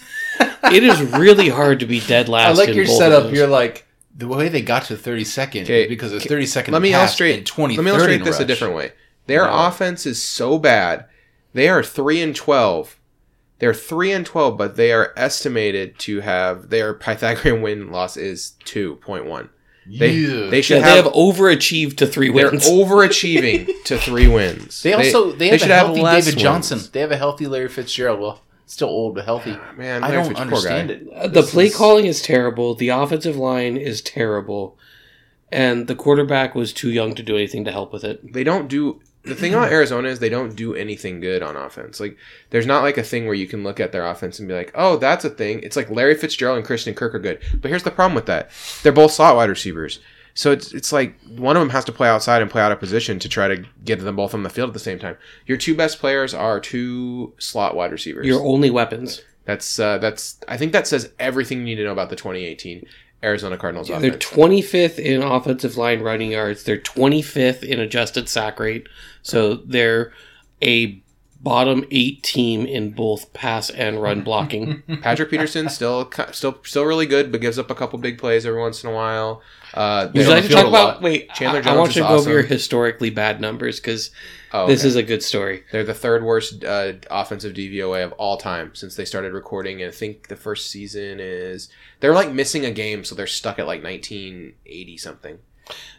S2: it is really hard to be dead last.
S4: I like
S2: in
S4: your
S2: both of
S4: setup.
S2: those.
S4: You're like the way they got to 32nd
S1: Okay,
S4: is because of 32nd.
S1: let me
S4: pass
S1: illustrate-
S4: and 23rd
S1: Let me illustrate
S4: in
S1: this a
S4: rush.
S1: different way. Their
S4: Wow.
S1: offense is so bad. They are three and twelve. They're three and twelve, but they are estimated to have their Pythagorean win loss is two point one. They
S4: Yeah.
S1: they should
S2: Yeah,
S1: have,
S2: they have overachieved to three
S1: they're
S2: wins.
S1: overachieving to three wins.
S4: They also they,
S1: they
S4: have
S1: should
S4: a
S1: have
S4: healthy
S1: less
S4: David Johnson.
S1: wins.
S4: They have a healthy Larry Fitzgerald. Well, still old but healthy.
S1: man,
S4: I
S1: Larry
S4: don't
S1: Fitz- poor
S4: understand
S1: guy.
S4: it.
S2: Uh, the
S4: This
S2: play
S4: is-
S2: calling is terrible. The offensive line is terrible, and the quarterback was too young to do anything to help with it.
S1: They don't do the thing about Arizona is they don't do anything good on offense. Like there's not like a thing where you can look at their offense and be like, oh, that's a thing. It's like Larry Fitzgerald and Christian Kirk are good. But here's the problem with that: they're both slot wide receivers. So it's it's like one of them has to play outside and play out of position to try to get them both on the field at the same time. Your two best players are two slot wide receivers.
S2: Your only weapons.
S1: that's uh, that's I think that says everything you need to know about the 2018 Arizona Cardinals
S2: They're
S1: offense.
S2: 25th in offensive line running yards. They're 25th in adjusted sack rate. So they're a bottom eight team in both pass and run blocking.
S1: Patrick Peterson still ki- still still really good, but gives up a couple big plays every once in a while. Uh,
S2: Would
S1: they-
S2: you like to
S4: field
S2: talk
S4: a
S2: about?
S4: lot.
S2: Wait,
S1: Chandler
S2: Chandler I, I want
S1: Jones
S2: you
S1: is
S2: to go over your
S1: awesome.
S2: historically bad numbers because
S1: oh,
S2: this
S1: okay.
S2: is a good story.
S1: They're the third worst uh, offensive DVOA of all time since they started recording. And I think the first season is they're like missing a game, so they're stuck at like 1980 something.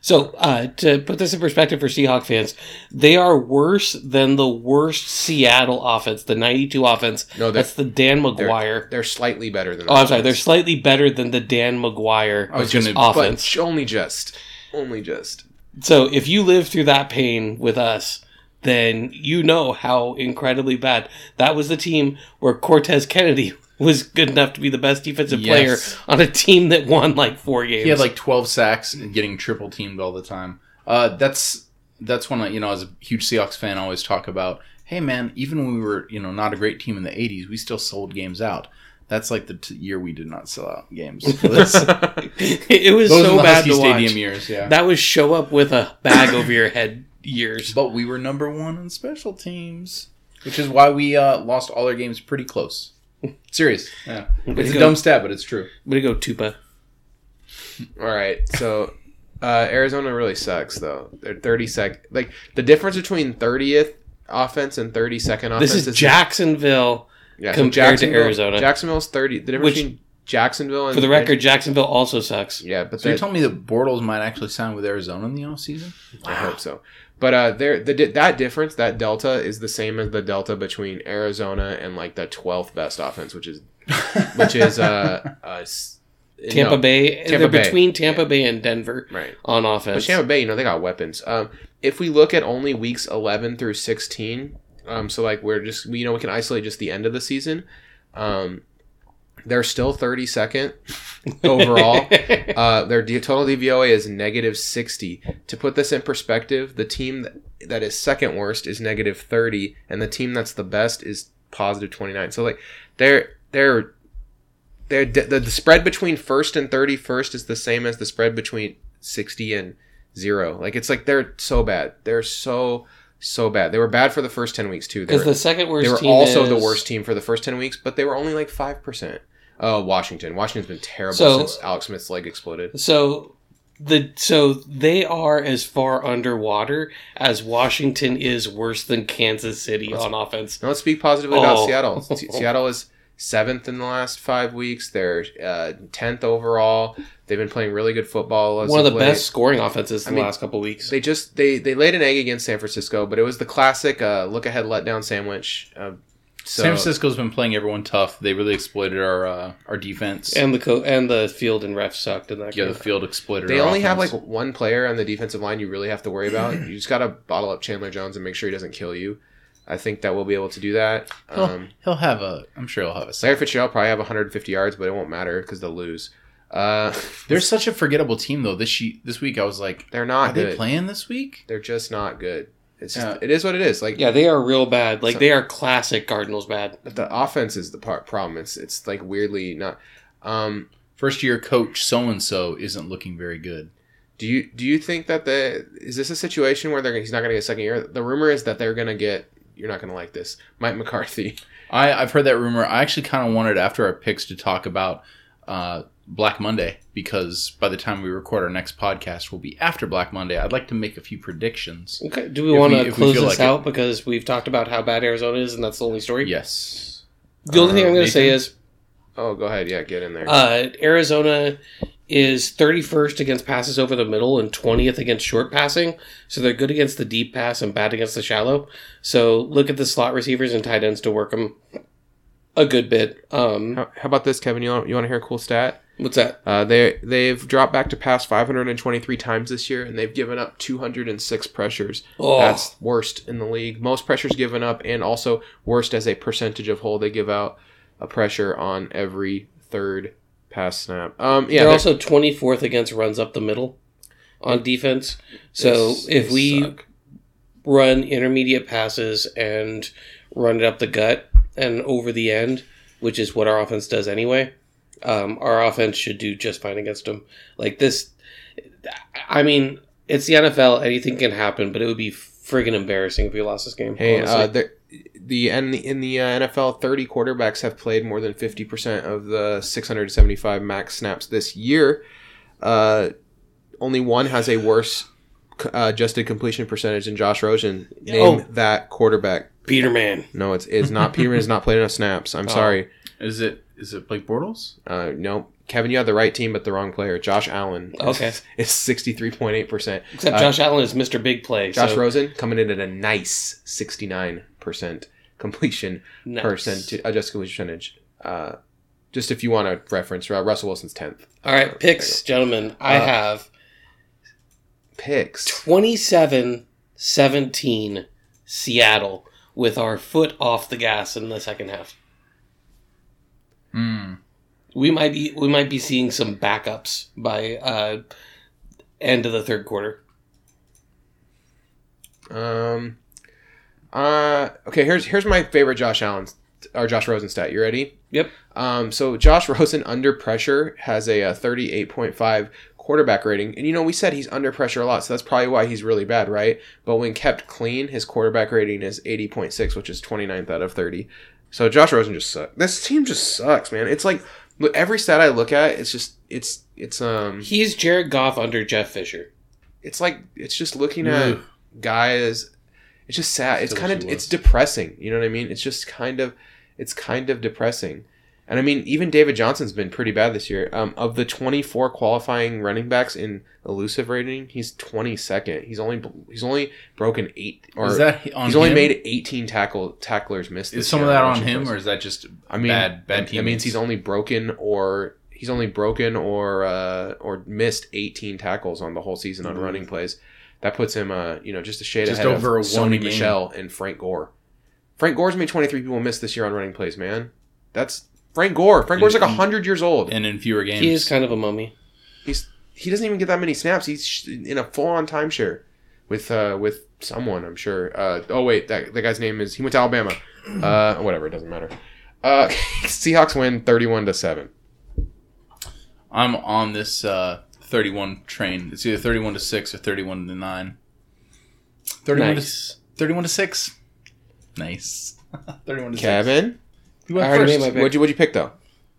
S2: So, uh, to put this in perspective for Seahawk fans, they are worse than the worst Seattle offense, the 92 offense.
S1: No, they're
S2: That's the Dan McGuire.
S1: they're slightly better than.
S2: Oh, I'm sorry. They're
S1: offense.
S2: slightly better than the Dan McGuire
S4: I was gonna.
S1: but
S2: offense.
S1: sh- only just, only just.
S2: So, if you live through that pain with us, then you know how incredibly bad. That was the team where Cortez Kennedy was good enough to be the best defensive
S4: Yes.
S2: player on a team that won like four games.
S4: He had like 12 sacks and getting triple teamed all the time. Uh, that's that's one I, you know as a huge Seahawks fan I always talk about. Hey man, even when we were you know not a great team in the 80s, we still sold games out. That's like the t- year we did not sell out games. That's- Those
S2: it was
S4: are
S2: so
S4: the
S2: bad
S4: Husky
S2: to
S4: Stadium
S2: watch.
S4: years, yeah.
S2: That was show up with a bag over your head years.
S4: but we were number one in special teams, which is why we uh, lost all our games pretty close. Serious, yeah.
S2: Way
S4: It's
S2: to go.
S4: a dumb stat, but it's true.
S2: I'm gonna go Tupa.
S1: All right, so uh, Arizona really sucks though. They're 30 sec. Like the difference between 30th offense and 32nd offense
S2: This is
S1: the-
S2: Jacksonville.
S1: yeah,
S2: compared to
S1: Jacksonville-
S2: Arizona.
S1: Jacksonville's 30. The difference
S2: Which-
S1: between Jacksonville and
S2: For the record, Jacksonville also sucks.
S1: yeah, but
S4: So you're
S1: that-
S4: telling me that Bortles might actually sign with Arizona in the offseason?
S1: I hope so. But uh, there, the di- that difference, that delta, is the same as the delta between Arizona and like the 12th best offense, which is which is uh, uh s- no,
S2: Tampa Bay.
S1: Tampa
S2: they're
S1: Bay.
S2: between Tampa Bay and Denver
S1: right?
S2: on
S1: But
S2: offense.
S1: Tampa Bay, you know, they got weapons. Um, if we look at only weeks 11 through 16, um, so like we're just, we, you know, we can isolate just the end of the season. Um, they're still 32nd overall. uh, their D- total DVOA is negative 60. To put this in perspective, the team that, that is second worst is negative 30, and the team that's the best is positive 29. So like they're, they're, they're, the, the spread between first and 31st is the same as the spread between 60 and zero. Like it's like they're so bad. They're so so bad. They were bad for the first ten weeks too. They
S2: because
S1: were,
S2: the second worst.
S1: they were
S2: team
S1: also the
S2: is-
S1: worst team for the first ten weeks, but they were only like five percent. Oh, Washington. Washington's been terrible
S2: So-
S1: since Alex Smith's leg exploded.
S2: So the so they are as far underwater as Washington is worse than Kansas City on offense.
S1: Now let's speak positively about
S2: Oh.
S1: Seattle. Se- Seattle is seventh in the last five weeks. They're uh, tenth overall. They've been playing really good football. as
S2: One of the
S1: late.
S2: best scoring offenses in
S1: I mean,
S2: the last couple weeks.
S1: They just they they laid an egg against San Francisco, but it was the classic uh, look ahead letdown sandwich. Uh, so,
S4: San Francisco's been playing everyone tough. They really exploited our uh, our defense.
S2: and the co- and the field and ref sucked in that
S4: yeah,
S2: game.
S4: the field exploited.
S1: They
S4: our
S1: only have like
S4: offense.
S1: one player on the defensive line you really have to worry about. You just got to bottle up Chandler Jones and make sure he doesn't kill you. I think that we'll be able to do that.
S4: Cool.
S1: Um,
S4: He'll have a. I'm sure he'll have a.
S1: Larry Fitzgerald probably have 150 yards, but it won't matter because they'll lose. Uh,
S4: They're such a forgettable team though. This she, this week I was like,
S1: they're
S4: are
S1: not
S4: they
S1: good.
S4: playing this week?
S1: They're just not good. It's just,
S4: Yeah.
S1: it is what it is. Like
S2: Yeah, they are real bad. Like
S1: So-
S2: they are classic Cardinals bad.
S1: the offense is the part problem. It's it's like weirdly not. Um,
S4: First year coach so and so isn't looking very good.
S1: Do you do you think that the is this a situation where they're he's not going to get second year? The rumor is that they're going to get. You're not going to like this, Mike McCarthy.
S4: I I've heard that rumor. I actually kind of wanted after our picks to talk about uh, Black Monday because by the time we record our next podcast will be after Black Monday. I'd like to make a few predictions.
S2: Okay. Do we
S4: If
S2: want
S4: we- if
S2: to
S4: we
S2: close
S4: feel
S2: this
S4: like it.
S2: out because we've talked about how bad Arizona is, and that's the only story.
S4: Yes.
S2: The only
S4: Uh,
S2: thing I'm going to say is
S1: Oh, go ahead, yeah, get in there.
S2: uh, Arizona is 31st against passes over the middle and 20th against short passing. So they're good against the deep pass and bad against the shallow. So look at the slot receivers and tight ends to work them a good bit. Um,
S1: how, how about this, Kevin? You want, you want to hear a cool stat?
S2: what's that?
S1: Uh, they they've dropped back to pass 523 times this year, and they've given up 206 pressures.
S2: Oh,
S1: That's worst in the league. Most pressures given up, and also worst as a percentage of hole. They give out a pressure on every third pass snap. Um, yeah,
S2: they're
S1: they're-
S2: also 24th against runs up the middle on defense. So
S1: they
S2: if we
S1: suck.
S2: run intermediate passes and run it up the gut and over the end, which is what our offense does anyway. Um, our offense should do just fine against them. Like this, I mean, it's the NFL. Anything can happen, but it would be friggin' embarrassing if we lost this game.
S1: Hey,
S2: honestly.
S1: uh, the the in the, in the uh, NFL, thirty quarterbacks have played more than fifty percent of the six hundred seventy five max snaps this year. Uh, only one has a worse c- uh, adjusted completion percentage than Josh Rosen. Name
S2: Oh.
S1: that quarterback.
S2: Peterman.
S1: No, it's it's not Peterman. has not played enough snaps. I'm
S2: Oh.
S1: sorry.
S4: Is it is it Blake Bortles?
S1: Uh, no, Kevin, you had the right team, but the wrong player. Josh Allen.
S2: Okay.
S1: it's sixty three point eight percent.
S2: Except
S1: Uh,
S2: Josh Allen is Mr. Big Play.
S1: Josh
S2: so-
S1: Rosen coming in at a nice sixty nine percent completion
S2: Nice.
S1: percent to adjust completion percentage. Uh, just if you want to reference uh, Russell Wilson's tenth
S2: All right, picks, gentlemen. I
S1: Uh,
S2: have
S1: picks.
S2: 27 17 Seattle with our foot off the gas in the second half.
S4: Hmm.
S2: We might be we might be seeing some backups by uh end of the third quarter.
S1: Um, uh, okay, here's here's my favorite Josh Allen or Josh Rosen stat. You ready?
S2: Yep.
S1: Um, so Josh Rosen under pressure has a, uh 38.5 quarterback rating, and you know we said he's under pressure a lot, so that's probably why he's really bad, right? But when kept clean, his quarterback rating is 80.6, which is 29th out of 30. So Josh Rosen just sucks. This team just sucks, man. It's like look, every stat I look at, it's just it's it's um
S2: He's Jared Goff under Jeff Fisher.
S1: it's like it's just looking at
S4: Ugh.
S1: guys it's just sad it's
S4: Still
S1: kind of
S4: she was.
S1: it's depressing you know what i mean it's just kind of it's kind of depressing and i mean even david johnson's been pretty bad this year um, of the 24 qualifying running backs in elusive rating he's 22nd he's only he's only broken eight or
S4: Is that on
S1: he's only
S4: him?
S1: made 18 tackle tacklers miss
S4: Is
S1: this
S4: some
S1: year
S4: of that on
S1: rushing
S4: him,
S1: plays.
S4: or is that just
S1: I mean,
S4: bad bad
S1: that means
S4: teammates?
S1: he's only broken or he's only broken or uh, or missed 18 tackles on the whole season on
S4: Mhm.
S1: running plays. That puts him, uh, you know, just a shade
S4: Just
S1: ahead
S4: over a
S1: of Sony
S4: one-game.
S1: Michelle and Frank Gore. Frank Gore's made 23 people miss this year on running plays. Man, that's Frank Gore. Frank Gore's like
S4: And-
S1: 100 years old.
S4: and in fewer games.
S2: He is kind of a mummy.
S1: He doesn't even get that many snaps. He's in a full-on timeshare with uh, with someone, I'm sure. Uh, oh wait, that the guy's name is he went to Alabama. Uh, whatever, it doesn't matter. Uh, Seahawks win 31 to seven.
S4: I'm on this uh, 31 train. It's either 31 to 6 or 31 to 9. 31
S2: Nice.
S4: to 31 to 6. Nice. 31 to 6.
S1: Kevin,
S4: You
S2: I
S4: went
S2: already
S4: first.
S2: made my pick.
S1: what'd you what'd you pick though?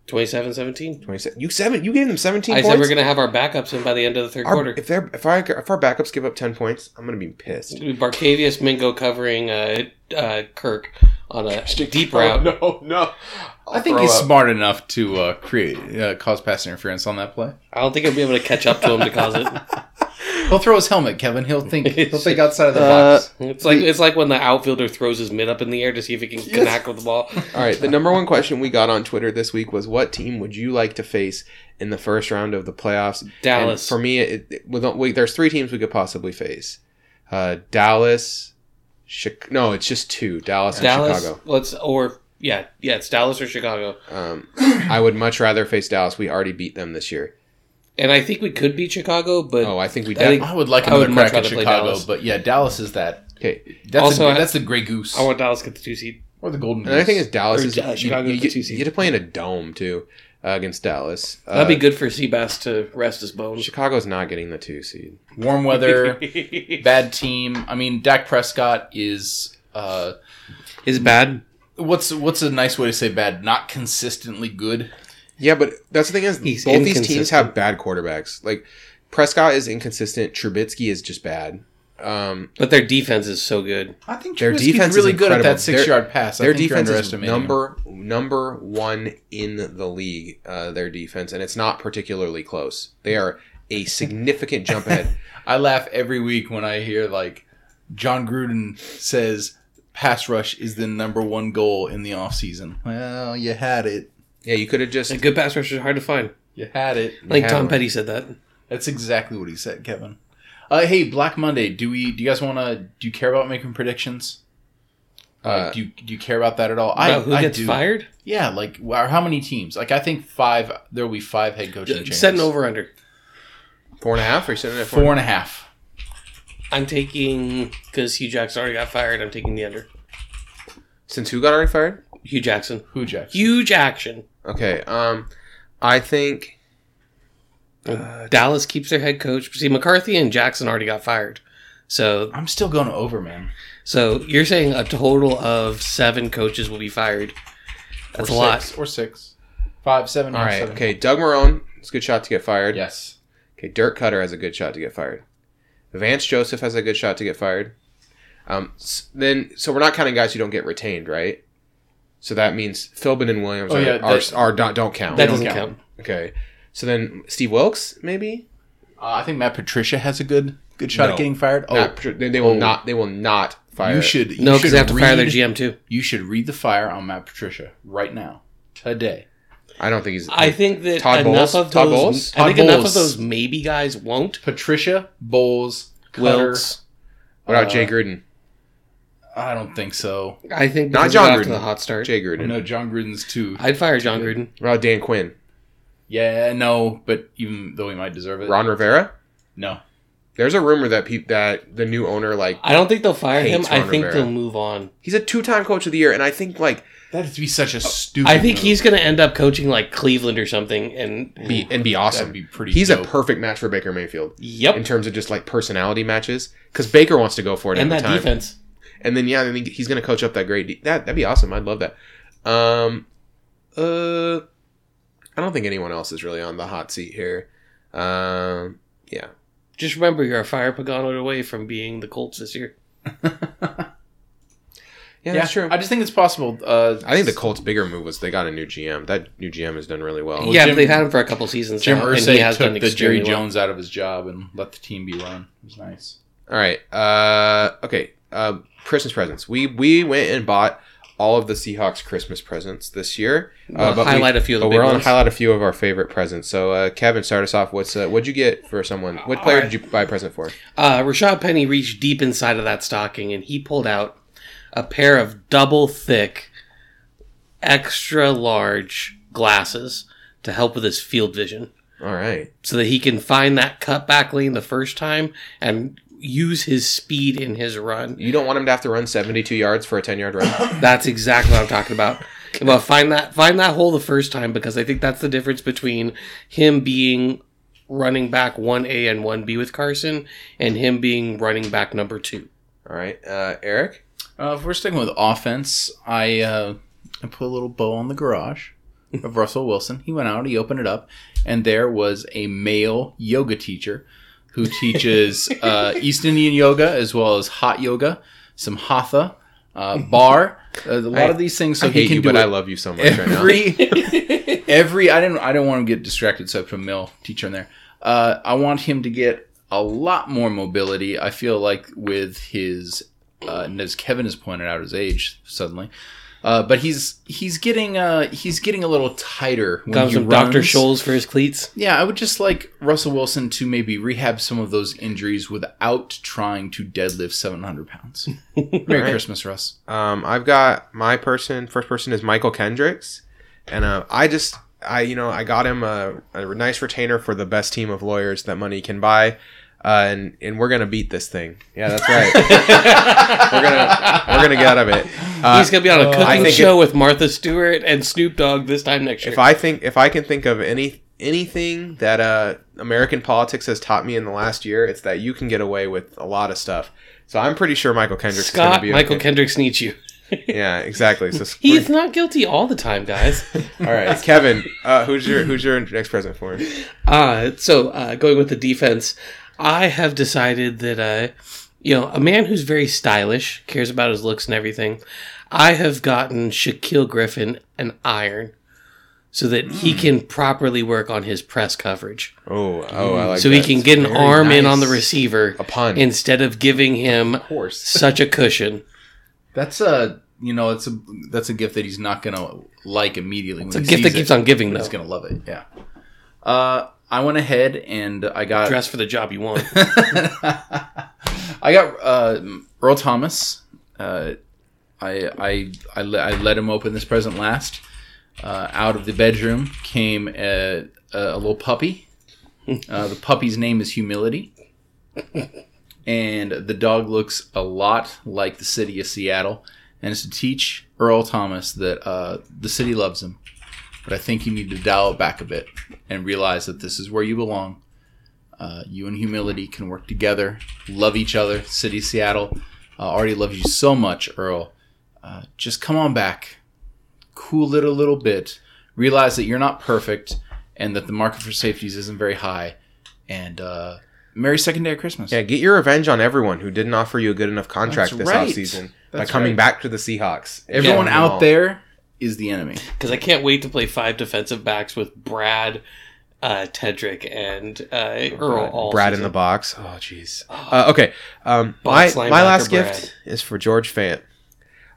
S2: 27 17.
S1: Twenty seven. You seven. You gave them seventeen
S2: I said
S1: points.
S2: we're going to have our backups in by the end of the third
S1: Our-
S2: quarter.
S1: if they're if I if our backups give up ten points, I'm gonna be pissed.
S2: Barcavius Mingo covering uh, uh, Kirk on a deep route.
S1: no, no.
S4: I think he's smart enough to uh, create uh, cause pass interference on that play.
S2: I don't think I'll be able to catch up to him to cause it.
S4: He'll throw his helmet, Kevin. He'll think he'll think outside of the
S2: Uh,
S4: box.
S2: It's like it's like when the outfielder throws his mid up in the air to see if he can connect with the ball.
S1: All right. The number one question we got on Twitter this week was, "What team would you like to face in the first round of the playoffs?" And
S2: Dallas.
S1: for me, it, it, with, wait, there's three teams we could possibly face: uh, Dallas, Chi- no, it's just two: Dallas,
S2: Dallas.
S1: and Chicago.
S2: Let's or yeah, yeah. It's Dallas or Chicago,
S1: Um, I would much rather face Dallas. We already beat them this year.
S2: and I think we could beat Chicago, but
S1: Oh, I think we
S2: I think-
S1: definitely.
S4: I would like
S2: I
S4: another
S2: would much
S4: crack at
S2: rather play
S4: Chicago,
S2: Dallas.
S4: but yeah, Dallas is that.
S1: Okay,
S4: That's
S2: Also,
S4: the,
S2: I-
S4: that's the gray goose
S2: I want Dallas to get the two seed.
S4: or the golden.
S1: another
S4: goose.
S1: thing is Dallas
S2: Or
S1: is
S2: Ja-
S1: you,
S2: Chicago
S1: you
S2: for
S1: get,
S2: two
S1: you
S2: seed.
S1: get to play in a dome too uh, against Dallas. Uh,
S2: That'd be good for Seabass to rest his bones.
S1: Chicago's not getting the two seed.
S4: warm weather, bad team. I mean, Dak Prescott is. Uh,
S2: Is bad.
S4: what's what's a nice way to say bad? Not consistently good.
S1: Yeah, but that's the thing is
S2: He's
S1: both these teams
S2: inconsistent.
S1: have bad quarterbacks. Like Prescott is inconsistent. Trubisky is just bad. Um,
S2: But their defense is so good.
S4: I think
S1: Their
S4: Trubisky's
S1: defense is
S4: really good at
S1: incredible.
S4: that six yard pass. I
S1: their
S4: think you're
S1: defense is
S4: underestimating him.
S1: number number one in the league. Uh, their defense, and it's not particularly close. They are a significant jump ahead.
S4: I laugh every week when I hear like John Gruden says pass rush is the number one goal in the offseason. Well, you had it.
S1: Yeah, you could have just
S2: A good pass rusher is hard to find.
S4: You had it.
S2: I think
S1: had
S2: Tom
S1: one.
S2: Petty said that.
S4: That's exactly what he said, Kevin. Uh, hey, Black Monday. Do we? Do you guys want to? Do you care about making predictions?
S1: Uh,
S4: Like, do you, do you care about that at all?
S2: About who
S4: I
S2: gets
S4: do.
S2: fired?
S4: Yeah, like wow, how many teams? Like I think five. There will be five head coaching changes.
S2: Set an over under.
S1: four and a half. Or you sitting at four.
S4: four and a half.
S2: I'm taking because Hugh Jackson already got fired. I'm taking the under.
S1: Since who got already fired?
S2: Hugh Jackson.
S4: Who Jack?
S2: Huge action.
S1: Okay. Um, I think
S4: Uh,
S2: Dallas keeps their head coach. See, McCarthy and Jackson already got fired. So,
S4: I'm still going over, man.
S2: so you're saying a total of seven coaches will be fired? That's
S4: or
S2: a lot.
S4: Six, or six, five, seven.
S1: all
S4: or
S1: right.
S4: seven.
S1: Okay, Doug Marone. It's a good shot to get fired.
S4: Yes.
S1: Okay, Dirk Cutter has a good shot to get fired. Vance Joseph has a good shot to get fired. Um, s- then so we're not counting guys who don't get retained, right? So that means Philbin and Williams
S4: Oh,
S1: are,
S4: yeah,
S1: are,
S4: that-
S1: are not, don't count.
S2: That
S4: don't
S2: doesn't count.
S4: count.
S1: okay. So then Steve Wilkes maybe.
S4: Uh, I think Matt Patricia has a good good shot
S1: No.
S4: at getting fired. Oh,
S1: Not- they, they will
S4: Oh.
S1: not. They will not fire.
S4: you should you
S2: No, because
S4: should
S2: they have to fire their
S4: read-
S2: GM too.
S4: You should read the fire on Matt Patricia right now, today.
S1: I don't think he's.
S2: I think that
S1: Todd
S2: enough
S1: Bowles?
S2: of
S1: Todd
S2: those.
S1: Bowles?
S2: I think
S4: Todd
S2: enough of
S4: Bowles.
S2: those maybe guys won't.
S4: Patricia Bowles Cutter.
S2: Wilkes.
S1: what about
S4: uh,
S1: Jay Gruden?
S4: I don't think so.
S2: I think
S1: Not
S2: because
S1: John
S2: they got off to
S1: Gruden.
S2: the hot start.
S1: Jay Gruden.
S4: No, John Gruden's too.
S2: I'd fire John Gruden.
S1: What about Dan Quinn?
S4: Yeah, no, but even though he might deserve it,
S1: Ron Rivera.
S4: no.
S1: There's a rumor that peop that the new owner like
S2: I don't think they'll fire him.
S1: Hates
S2: I
S1: Ron
S2: think
S1: Rivera.
S2: they'll move on.
S1: he's a two-time coach of the year, and I think like
S4: That'd be such a stupid.
S2: I think
S4: move.
S2: he's going to end up coaching like Cleveland or something. And
S1: be and be awesome.
S4: That'd be pretty.
S1: He's
S4: dope.
S1: a perfect match for Baker Mayfield in
S2: yep,
S1: terms of just like personality matches because Baker wants to go for it
S2: and
S1: every
S2: that
S1: time.
S2: defense.
S1: And then yeah, I think he's going to coach up that great. De- that that'd be awesome. I'd love that. Um, uh, I don't think anyone else is really on the hot seat here. Um, yeah,
S2: Just remember, you're a fire Pagano away from being the Colts this year.
S1: yeah,
S4: yeah,
S1: that's true.
S4: I
S1: I,
S4: just think it's possible. Uh,
S1: think the Colts' bigger move was they got a new GM. That new GM has done really well.
S4: Well,
S2: yeah,
S4: Jim-
S2: but they've had him for a couple seasons.
S4: Jim
S2: now,
S4: Irsay took the
S2: extremely
S4: Jerry
S2: well.
S4: Jones out of his job and let the team be run. It was nice.
S1: All right. Uh, okay. Uh, Christmas presents. We we went and bought all of the Seahawks Christmas presents this year. Uh,
S2: Well,
S1: but we-
S2: highlight a few of the
S1: But
S2: big
S1: we're on
S2: ones.
S1: highlight a few of our favorite presents. So uh, Kevin, start us off. What's uh, what'd you get for someone? What player did you buy a present for?
S2: Uh, Rashad Penny reached deep inside of that stocking and he pulled out a pair of double thick, extra large glasses to help with his field vision.
S1: All right.
S2: so that he can find that cutback lane the first time and use his speed in his run.
S1: You don't want him to have to run seventy-two yards for a ten-yard run.
S2: That's exactly what I'm talking about. But find that find that hole the first time because I think that's the difference between him being running back one A and one B with Carson and him being running back number two.
S1: All right, uh, Eric.
S4: Uh, if we're sticking with offense, I uh, I put a little bow on the garage of Russell Wilson. He went out, he opened it up, and there was a male yoga teacher who teaches uh, East Indian yoga as well as hot yoga, some hatha, uh, bar, uh, a lot of these things. So
S1: I
S4: he
S1: hate
S4: can
S1: you,
S4: do
S1: but
S4: it
S1: I love you so much right
S4: every every I didn't I don't want to get distracted, so I put a male teacher in there. Uh, I want him to get a lot more mobility. I feel like with his uh, and as Kevin has pointed out his age suddenly, Uh, but he's he's getting uh he's getting a little tighter when
S2: Got
S4: he
S2: some Dr.
S4: runs.
S2: Scholes for his cleats.
S4: Yeah, I would just like Russell Wilson to maybe rehab some of those injuries without trying to deadlift 700 pounds. Merry
S1: Right.
S4: Christmas, Russ.
S1: Um, I've got my person. First person is Michael Kendricks, and uh, I just I you know I got him a, a nice retainer for the best team of lawyers that money can buy, uh, and and we're gonna beat this thing. Yeah, that's right. we're gonna we're gonna get out of it. Uh,
S2: He's gonna be on a
S1: I
S2: cooking
S1: think
S2: show with Martha Stewart and Snoop Dogg this time next year.
S1: If I think if I can think of any anything that uh, American politics has taught me in the last year, it's that you can get away with a lot of stuff. So I'm pretty sure Michael Kendricks is gonna
S2: Scott
S1: be
S2: Michael
S1: okay.
S2: Kendricks needs you.
S1: Yeah, exactly. So
S2: He's not guilty all the time, guys.
S1: all right, Kevin. Uh, who's your who's your next president for? him?
S2: Uh, so uh, going with the defense, I have decided that uh, you know a man who's very stylish, cares about his looks and everything. I have gotten Shaquille Griffin an iron, so that
S1: Hmm.
S2: he can properly work on his press coverage,
S1: Oh, oh, I like
S2: so
S1: that.
S2: he can get an
S1: Very
S2: arm in
S1: nice.
S2: on the receiver
S1: a pun.
S2: instead of giving him
S4: course.
S2: such a cushion.
S4: That's a you know that's a that's a gift that he's not gonna like immediately.
S2: It's a gift that keeps on giving, though.
S4: He's gonna love it. Yeah. Uh, I went ahead and I got
S2: Dress for the job you want.
S4: I got uh, Earl Thomas. Uh, I I I, le- I let him open this present last. Uh, out of the bedroom came a, a little puppy. Uh, the puppy's name is Humility, and the dog looks a lot like the city of Seattle. And it's to teach Earl Thomas that uh, the city loves him, but I think you need to dial it back a bit and realize that this is where you belong. Uh, you and humility can work together, love each other. City of Seattle uh, already loves you so much, Earl. Uh, just come on back, cool it a little bit. Realize that you're not perfect, and that the market for safeties isn't very high. And uh, Merry Second Day of Christmas.
S1: yeah, get your revenge on everyone who didn't offer you a good enough contract
S4: That's
S1: this
S4: right.
S1: offseason by
S4: That's
S1: coming
S4: right.
S1: back to the Seahawks.
S4: Everyone
S1: Yeah.
S4: out there is the enemy.
S2: because I can't wait to play five defensive backs with Brad, uh, Tedrick, and uh, Earl. All
S1: Brad in the
S2: season.
S1: box. Oh, jeez. Uh, okay, um, my
S2: Box
S1: my
S2: linebacker
S1: last
S2: Brad.
S1: gift is for George Fant.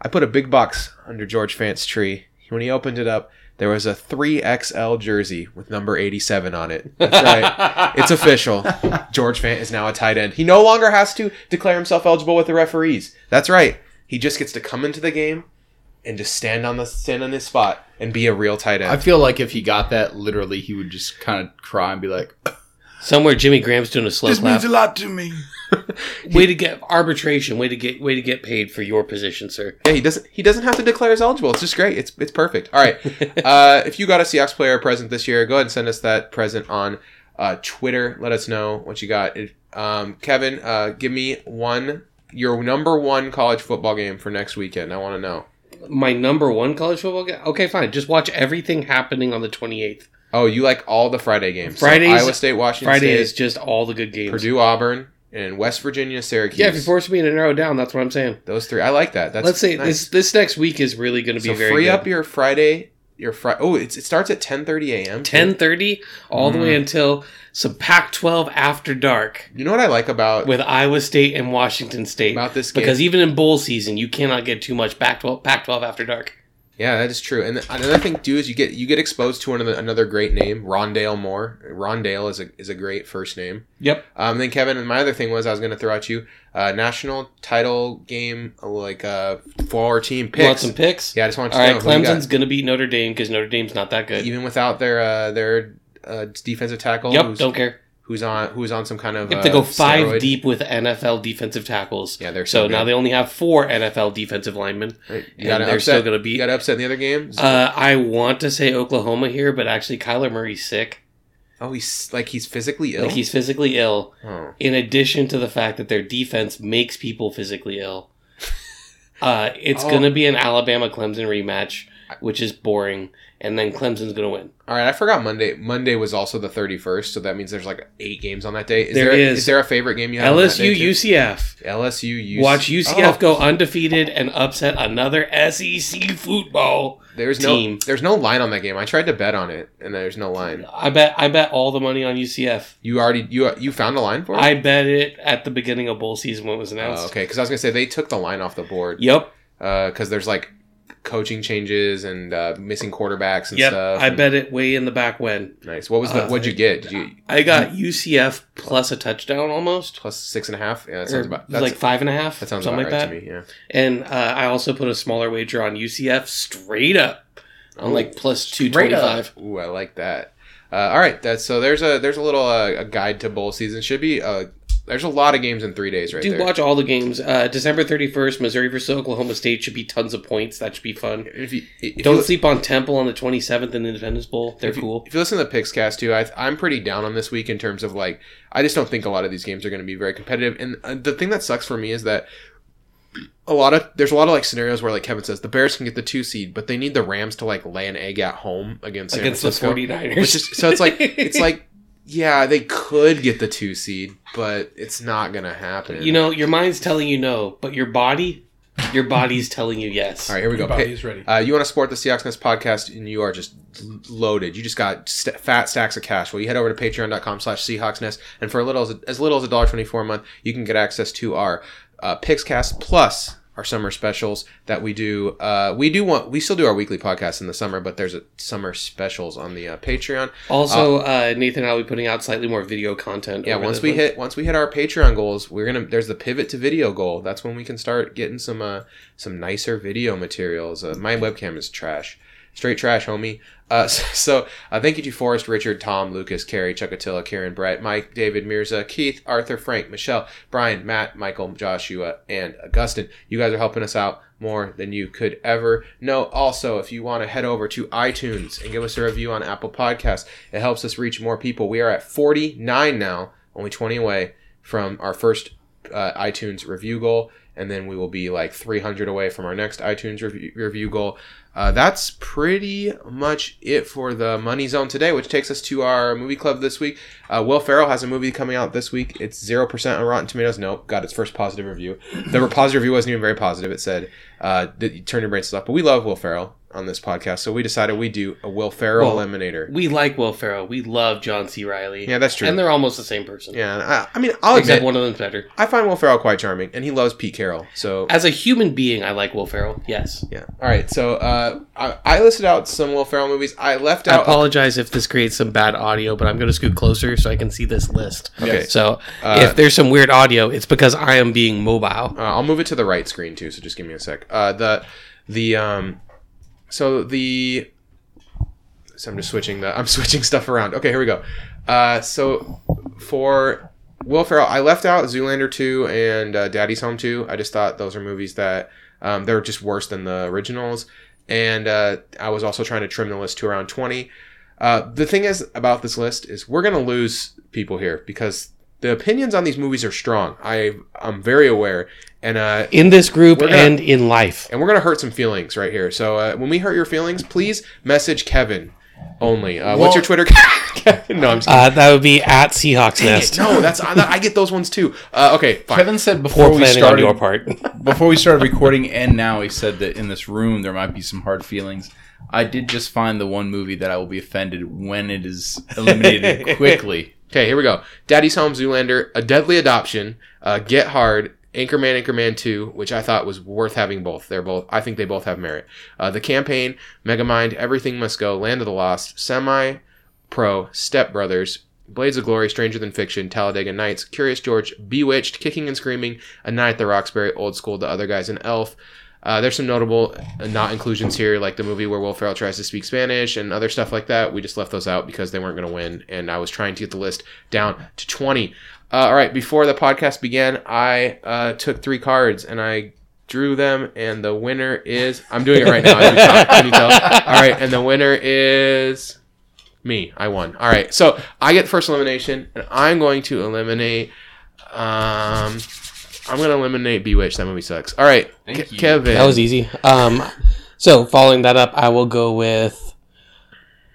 S1: I put a big box under George Fant's tree. When he opened it up, there was a 3XL jersey with number 87 on it. That's right. It's official. George Fant is now a tight end. He no longer has to declare himself eligible with the referees. That's right. He just gets to come into the game and just stand on the stand on his spot and be a real tight end.
S4: I feel like if he got that, literally, he would just kind of cry and be like,
S2: Somewhere Jimmy Graham's doing a slow clap.
S4: a lot to me."
S2: way to get arbitration. Way to get way to get paid for your position, sir.
S1: yeah, he doesn't he doesn't have to declare as eligible. It's just great. It's it's perfect. All right. uh, if you got a Seahawks player present this year, go ahead and send us that present on uh, Twitter. Let us know what you got. If- um, Kevin, uh, give me one your number one college football game for next weekend. I want to know.
S2: My number one college football game. Okay, fine. Just watch everything happening on the twenty eighth.
S1: Oh, you like all the Friday games? So
S2: Fridays-
S1: Iowa State, Washington
S2: Friday
S1: State,
S2: is just all the good games.
S1: Purdue, Auburn, and West Virginia, Syracuse.
S2: Yeah, if you force me to narrow it down, that's what I'm saying.
S1: those three. I like that. That's
S2: Let's say
S1: nice.
S2: this this next week is really going to be
S1: So
S2: very
S1: free
S2: good.
S1: up your Friday. Your Friday. Oh, it's, it starts at ten thirty a.m.
S2: Ten thirty all the
S1: Mm.
S2: way until some Pac twelve after dark
S1: You know what I like about
S2: with Iowa State and Washington State.
S1: about this game?
S2: Because even in bowl season, you cannot get too much Pac twelve Pac twelve after dark.
S1: yeah, that is true. And another thing too is you get you get exposed to another another great name, Rondale Moore. Rondale is a is a great first name.
S2: Yep.
S1: Um, then Kevin, and my other thing was I was going to throw at you uh, national title game like uh, for our team
S2: You want
S1: picks.
S2: some picks?
S1: Yeah, I just want you
S2: All
S1: to
S2: right,
S1: know who you got.
S2: Clemson's going to beat Notre Dame because Notre Dame's not that good.
S1: even without their uh, their uh, defensive tackle
S2: Yep,
S1: who's,
S2: don't care.
S1: who's on who's on some kind of
S2: They have to go
S1: uh,
S2: five
S1: steroid.
S2: deep with NFL defensive tackles.
S1: Yeah, they're
S2: so
S1: so
S2: now
S1: good.
S2: they only have four NFL defensive linemen.
S1: Right. You
S2: and
S1: got
S2: they're
S1: upset.
S2: still gonna be-
S1: You got upset in the other game.
S2: Uh, I want to say Oklahoma here, but actually Kyler Murray's sick.
S1: oh, he's like he's physically ill.
S2: Like he's physically ill.
S1: oh.
S2: In addition to the fact that their defense makes people physically ill, uh, it's
S1: Oh.
S2: going to be an Alabama Clemson rematch, which is boring. And then Clemson's going to win.
S1: All right, I forgot Monday. Monday was also the thirty first, so that means there's like eight games on that day. Is
S2: There
S1: there
S2: is.
S1: there a favorite game you have? on that
S2: LSU
S1: day, too?
S2: UCF.
S1: LSU UC.
S2: Watch UCF
S1: Oh,
S2: go undefeated and upset another SEC football.
S1: There's
S2: team.
S1: no there's no line on that game. I tried to bet on it, and there's no line.
S2: I bet I bet all the money on UCF.
S1: You already you you found a line for it.
S2: I bet it at the beginning of bowl season when it was announced.
S1: oh, okay, because I was gonna say they took the line off the board
S2: Yep.
S1: because there's like coaching changes and uh, missing quarterbacks and
S2: Yep,
S1: stuff.
S2: I
S1: and-
S2: bet it way in the back when
S1: Nice. What was the?
S2: Uh,
S1: what'd you get? Did you
S2: I got
S1: Hmm.
S2: UCF plus a touchdown almost.
S1: plus six and a half? Yeah, that
S2: Or
S1: sounds about. That's,
S2: like five and a half.
S1: that sounds about
S2: something
S1: right
S2: like that.
S1: to me. Yeah.
S2: And uh, I also put a smaller wager on UCF straight up on
S1: Ooh,
S2: like plus two
S3: straight
S2: twenty
S3: up.
S2: five.
S1: Ooh, I like that. Uh, all right. That's so. There's a there's a little uh, a guide to bowl season. Should be. Uh, there's a lot of games in three days right
S2: Do
S1: there.
S2: watch all the games. Uh, December thirty first, Missouri versus Oklahoma State should be tons of points. That should be fun.
S1: If you, if
S2: Don't
S1: you-
S2: sleep on Temple on the twenty seventh in the Independence Bowl. They're
S1: if you-
S2: cool.
S1: If you listen to the picks cast too, I, I'm pretty down on this week in terms of like I just don't think a lot of these games are going to be very competitive. And uh, the thing that sucks for me is that a lot of there's a lot of like scenarios where like Kevin says the Bears can get the two seed, but they need the Rams to like lay an egg at home against San
S2: Against the
S1: Francisco.
S2: 49ers.
S1: Which is, so it's like it's like yeah, they could get the two seed, but it's not going to happen.
S2: you know, your mind's telling you no, but your body, your body's telling you yes.
S1: All right, here we go.
S5: Everybody
S1: Pick-
S5: is ready.
S1: Uh, you want to support the Seahawks Nest podcast, and you are just l- loaded. You just got st- fat stacks of cash. Well, you head over to patreon.com slash Seahawks Nest, and for a little as, as little as $1.24 a month, you can get access to our uh, PicksCast plus our summer specials that we do. Uh, we do want we still do our weekly podcast in the summer, but there's a summer specials on the uh, Patreon.
S2: Also, uh, Nathan and I will be putting out slightly more video content.
S1: Yeah,
S2: over
S1: once
S2: the
S1: we
S2: month.
S1: hit once we hit our Patreon goals, we're gonna there's the pivot to video goal. That's when we can start getting some uh some nicer video materials. Uh, my webcam is trash, straight trash, homie. Uh, so, so uh, thank you to Forrest, Richard, Tom, Lucas, Carrie, Chuckatilla, Karen, Brett, Mike, David, Mirza, Keith, Arthur, Frank, Michelle, Brian, Matt, Michael, Joshua, and Augustin. You guys are helping us out more than you could ever know. Also, if you want to head over to iTunes and give us a review on Apple Podcasts, it helps us reach more people. We are at 49 now, only 20 away from our first uh, iTunes review goal, and then we will be like 300 away from our next iTunes review, review goal. Uh, that's pretty much it for the Money Zone today, which takes us to our movie club this week. Uh, Will Ferrell has a movie coming out this week. It's 0% on Rotten Tomatoes. Nope, got its first positive review. The positive review wasn't even very positive. It said, uh, that you turn your brains off. But we love Will Ferrell on this podcast, so we decided we do a Will Ferrell
S2: Well,
S1: eliminator.
S2: we like Will Ferrell. We love John C. Riley.
S1: Yeah, that's true.
S2: and they're almost the same person.
S1: yeah, and I, I mean, I'll
S2: Except
S1: admit,
S2: one of them's better.
S1: I find Will Ferrell quite charming, and he loves Pete Carroll. So
S2: As a human being, I like Will Ferrell. Yes.
S1: yeah. All right. So uh, I, I listed out some Will Ferrell movies. I left
S2: I
S1: out.
S2: apologize if this creates some bad audio, but I'm going to scoot closer so I can see this list.
S1: Okay.
S2: So
S1: Uh,
S2: if there's some weird audio, it's because I am being mobile.
S1: Uh, I'll move it to the right screen too. So just give me a sec. Uh, the the um, so the so I'm just switching the I'm switching stuff around. Okay, here we go. Uh, so for Will Ferrell, I left out Zoolander two and uh, Daddy's Home two. I just thought those are movies that um, they're just worse than the originals. And uh, I was also trying to trim the list to around twenty. Uh, the thing is about this list is we're gonna lose people here because the opinions on these movies are strong. I I'm very aware, and uh,
S2: In this group
S1: We're gonna-
S2: and in life.
S1: and we're gonna hurt some feelings right here. So uh, when we hurt your feelings, please message Kevin only. Uh, what's your Twitter? Kevin? no, I'm just
S2: Uh, that would be at Seahawks
S1: kidding.
S2: Nest.
S1: no. That's I, I get those ones too. Uh, okay, fine.
S4: Kevin said before
S2: Poor
S4: we
S2: planning on
S4: started
S2: your part.
S4: before we started recording and now he said that in this room there might be some hard feelings. I did just find the one movie that I will be offended when it is eliminated quickly.
S1: Okay, here we go. Daddy's Home, Zoolander, A Deadly Adoption, uh, Get Hard, Anchorman, Anchorman 2, which I thought was worth having both. They're both, I think they both have merit. Uh, the Campaign, Megamind, Everything Must Go, Land of the Lost, Semi, Pro, Step Brothers, Blades of Glory, Stranger Than Fiction, Talladega Nights, Curious George, Bewitched, Kicking and Screaming, A Night at the Roxbury, Old School, The Other Guys, and Elf. Uh, there's some notable uh, not inclusions here, like the movie where Will Ferrell tries to speak Spanish and other stuff like that. We just left those out because they weren't going to win, and I was trying to get the list down to 20. Uh, all right, before the podcast began, I uh, took three cards and I drew them, and the winner is I'm doing it right now. Can you tell? Can you tell? All right, and the winner is me. I won. All right, so I get first elimination, and I'm going to eliminate. Um, I'm going to eliminate Bewitched. That movie sucks. All right,
S4: Thank you.
S1: Kevin.
S2: That was easy. Um, so following that up, I will go with.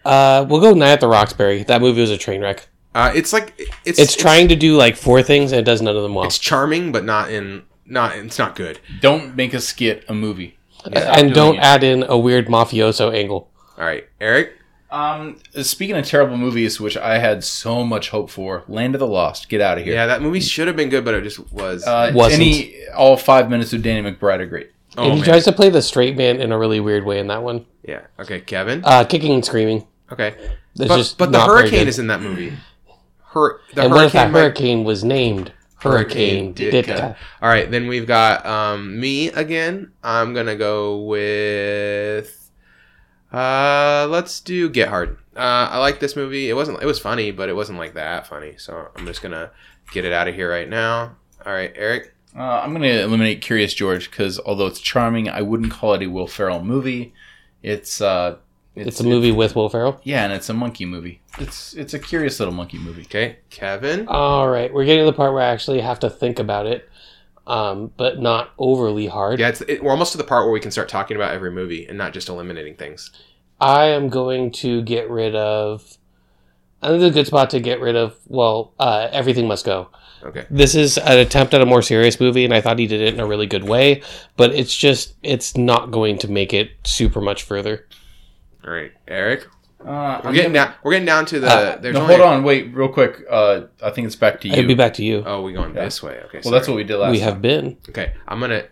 S2: Uh, we'll go Night at the Roxbury. That movie was a train wreck.
S1: Uh, it's like it's
S2: It's trying to do like four things and it does none of them well.
S1: It's charming, but not in not. It's not good.
S4: Don't make a skit a movie. Stop
S2: and
S4: doing
S2: don't
S4: it.
S2: add in a weird mafioso angle.
S1: All right, Eric.
S4: Um, speaking of terrible movies, which I had so much hope for, Land of the Lost. Get out of here.
S1: Yeah, that movie should have been good, but it just was.
S4: Uh,
S2: Wasn't.
S4: Any all five minutes of Danny McBride are great. Oh,
S2: and he
S4: man.
S2: tries to play the straight man in a really weird way in that one.
S1: Yeah. Okay, Kevin.
S2: Uh, kicking and screaming.
S1: Okay.
S2: That's
S1: but,
S2: just
S1: but the
S2: not very
S1: hurricane
S2: good.
S1: is in that movie. Hur- the
S2: and what if that
S1: hurricane. might-
S2: hurricane was named Hurricane,
S1: Hurricane
S2: Ditka?
S1: All right, then we've got um, me again. I'm gonna go with. Uh, let's do Get Hard. Uh, I like this movie. It wasn't. It was funny, but it wasn't like that funny. So I'm just gonna get it out of here right now. All right, Eric.
S4: Uh, I'm going to eliminate Curious George because although it's charming, I wouldn't call it a Will Ferrell movie. It's uh,
S2: It's, a movie with Will Ferrell.
S4: yeah, and it's a monkey movie. It's it's a curious little monkey movie.
S1: Okay, Kevin.
S2: All right, we're getting to the part where I actually have to think about it, um, but not overly hard.
S1: Yeah, it's, it, we're almost to the part where we can start talking about every movie and not just eliminating things.
S2: I am going to get rid of. I think it's a good spot to get rid of. Well, uh, everything must go.
S1: Okay.
S2: This is an attempt at a more serious movie, and I thought he did it in a really good way. But it's just, it's not going to make it super much further.
S1: All right, Eric.
S4: Uh,
S1: We're getting down. We're getting down to the.
S2: Uh,
S1: there's
S4: no,
S1: only-
S4: hold on, wait, real quick. Uh, I think it's back to you.
S2: It'd be back to you.
S1: Oh, we're going
S4: Okay.
S1: this way. Okay.
S4: well, that's what we did last.
S2: we have been.
S1: Okay, I'm gonna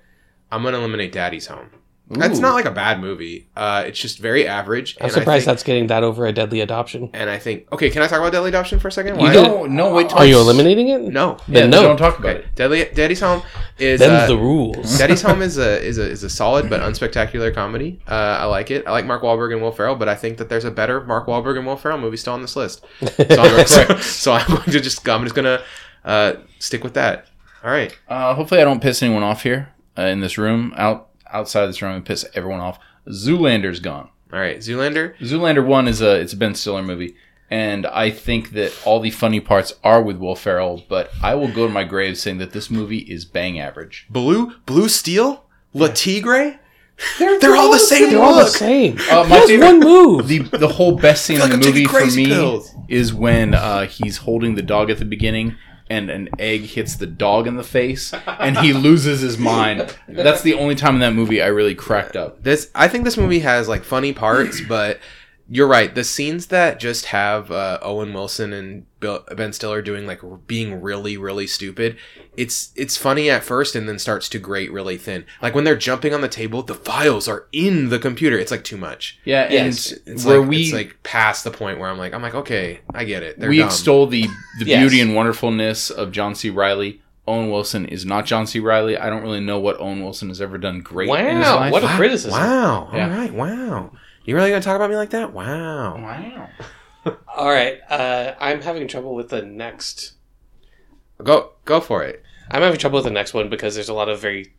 S1: I'm gonna eliminate Daddy's Home.
S4: Ooh.
S1: That's not like a bad movie. Uh, it's just very average.
S2: I'm
S1: and
S2: surprised
S1: I think,
S2: that's getting that over a deadly adoption.
S1: And I think okay, can I talk about Deadly Adoption for a second?
S2: You
S1: Why?
S2: did-
S4: No, no, wait. till
S2: Are you
S4: it's-
S2: eliminating it?
S1: No.
S4: Yeah,
S2: Then no.
S4: don't talk about
S1: Okay. Deadly Daddy's Home is
S2: Them's
S1: uh,
S2: the rules.
S1: Daddy's Home is a is a is a solid but unspectacular comedy. Uh, I like it. I like Mark Wahlberg and Will Ferrell, but I think that there's a better Mark Wahlberg and Will Ferrell movie still on this list. So I'm, so, so I'm going to just I'm just gonna uh, stick with that. All right.
S4: it. Uh, hopefully, I don't piss anyone off here uh, in this room. Out outside this room, and piss everyone off. Zoolander's gone.
S1: All right. Zoolander.
S4: Zoolander one is a it's a Ben Stiller movie, and I think that all the funny parts are with Will Ferrell. But I will go to my grave saying that this movie is bang average.
S1: Blue Blue Steel? La Tigre?
S2: they're,
S1: They're all the same
S2: They're all the
S1: look.
S2: same.
S4: Uh, my
S2: That's
S4: favorite,
S2: one move.
S4: the the whole best scene in the
S1: Fuck, I'm taking
S4: movie for
S1: crazy
S4: me
S1: pills.
S4: is when uh, he's holding the dog at the beginning. And an egg hits the dog in the face, and he loses his mind. That's the only time in that movie I really cracked up.
S1: this i think this movie has like funny parts but you're right the scenes that just have uh, owen wilson and Bill, ben stiller doing like r- being really really stupid it's it's funny at first and then starts to grate really thin like when they're jumping on the table the files are in the computer it's like too much
S4: Yeah, and
S1: it's, it's
S4: where
S1: like,
S4: we
S1: it's like past the point where i'm like i'm like okay i get it they're
S4: we
S1: dumb.
S4: extol the, the
S2: Yes.
S4: beauty and wonderfulness of John C. Riley. Owen Wilson is not John C. Riley. I don't really know what Owen Wilson has ever done great. in his
S2: Wow,
S4: life.
S2: what a
S1: Wow,
S2: criticism.
S1: wow
S4: Yeah.
S1: all right wow you really gonna talk about me like that wow
S4: wow!
S2: All right, uh, I'm having trouble with the next.
S1: go go for it
S2: I'm having trouble with the next one because there's a lot of very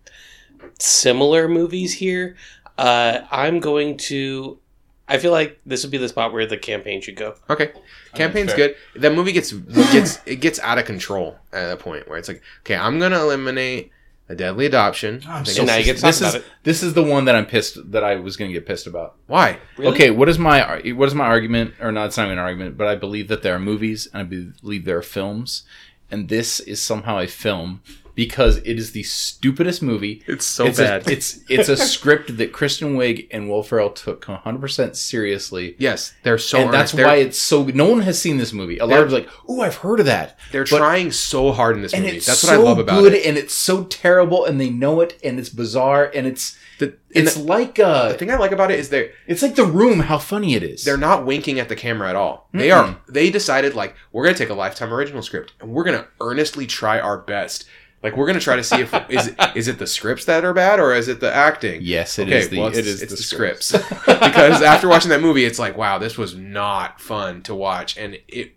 S2: similar movies here. Uh, I'm going to. I feel like this would be the spot where the campaign should go.
S1: Okay, campaign's
S4: fair.
S1: good. That movie gets gets it gets out of control at that point where it's like, okay, I'm gonna eliminate a deadly adoption.
S4: I'm
S1: They
S2: So
S1: go,
S2: now you get to talk
S4: This
S2: about
S4: is
S2: it.
S4: this is the one that I'm pissed that I was going to get pissed about.
S1: why?
S2: Really?
S4: Okay, what is my ar- what is my argument? Or not? It's not even an argument, but I believe that there are movies and I believe there are films, and this is somehow a film because it is the stupidest movie
S1: It's so
S4: it's A, it's it's a script that Kristen Wiig and Will Ferrell took 100 percent seriously,
S1: yes, they're so
S4: and that's
S1: earnest. They're,
S4: why it's so. No one has seen this movie. A lot of
S1: They're-
S4: like, oh, I've heard of that,
S1: they're
S4: but-
S1: trying so hard in this
S4: and
S1: movie.
S4: it's
S1: That's
S4: so
S1: what I love about
S4: good,
S1: it.
S4: and it's so terrible, and they know it, and it's bizarre, and it's
S1: The, and
S4: it's
S1: the,
S4: like uh,
S1: the thing I like about it is they
S4: it's like the room. How funny it is.
S1: they're not winking at the camera at all. They
S4: Mm-mm.
S1: are. They decided like we're gonna take a lifetime original script and we're gonna earnestly try our best. Like we're gonna try to see if is is it the scripts that are bad or is it the acting?
S4: yes, it is
S1: okay,
S4: the
S1: well,
S4: it is
S1: it's
S4: the,
S1: the
S4: scripts.
S1: scripts. because after watching that movie, it's like, wow, this was not fun to watch, and it,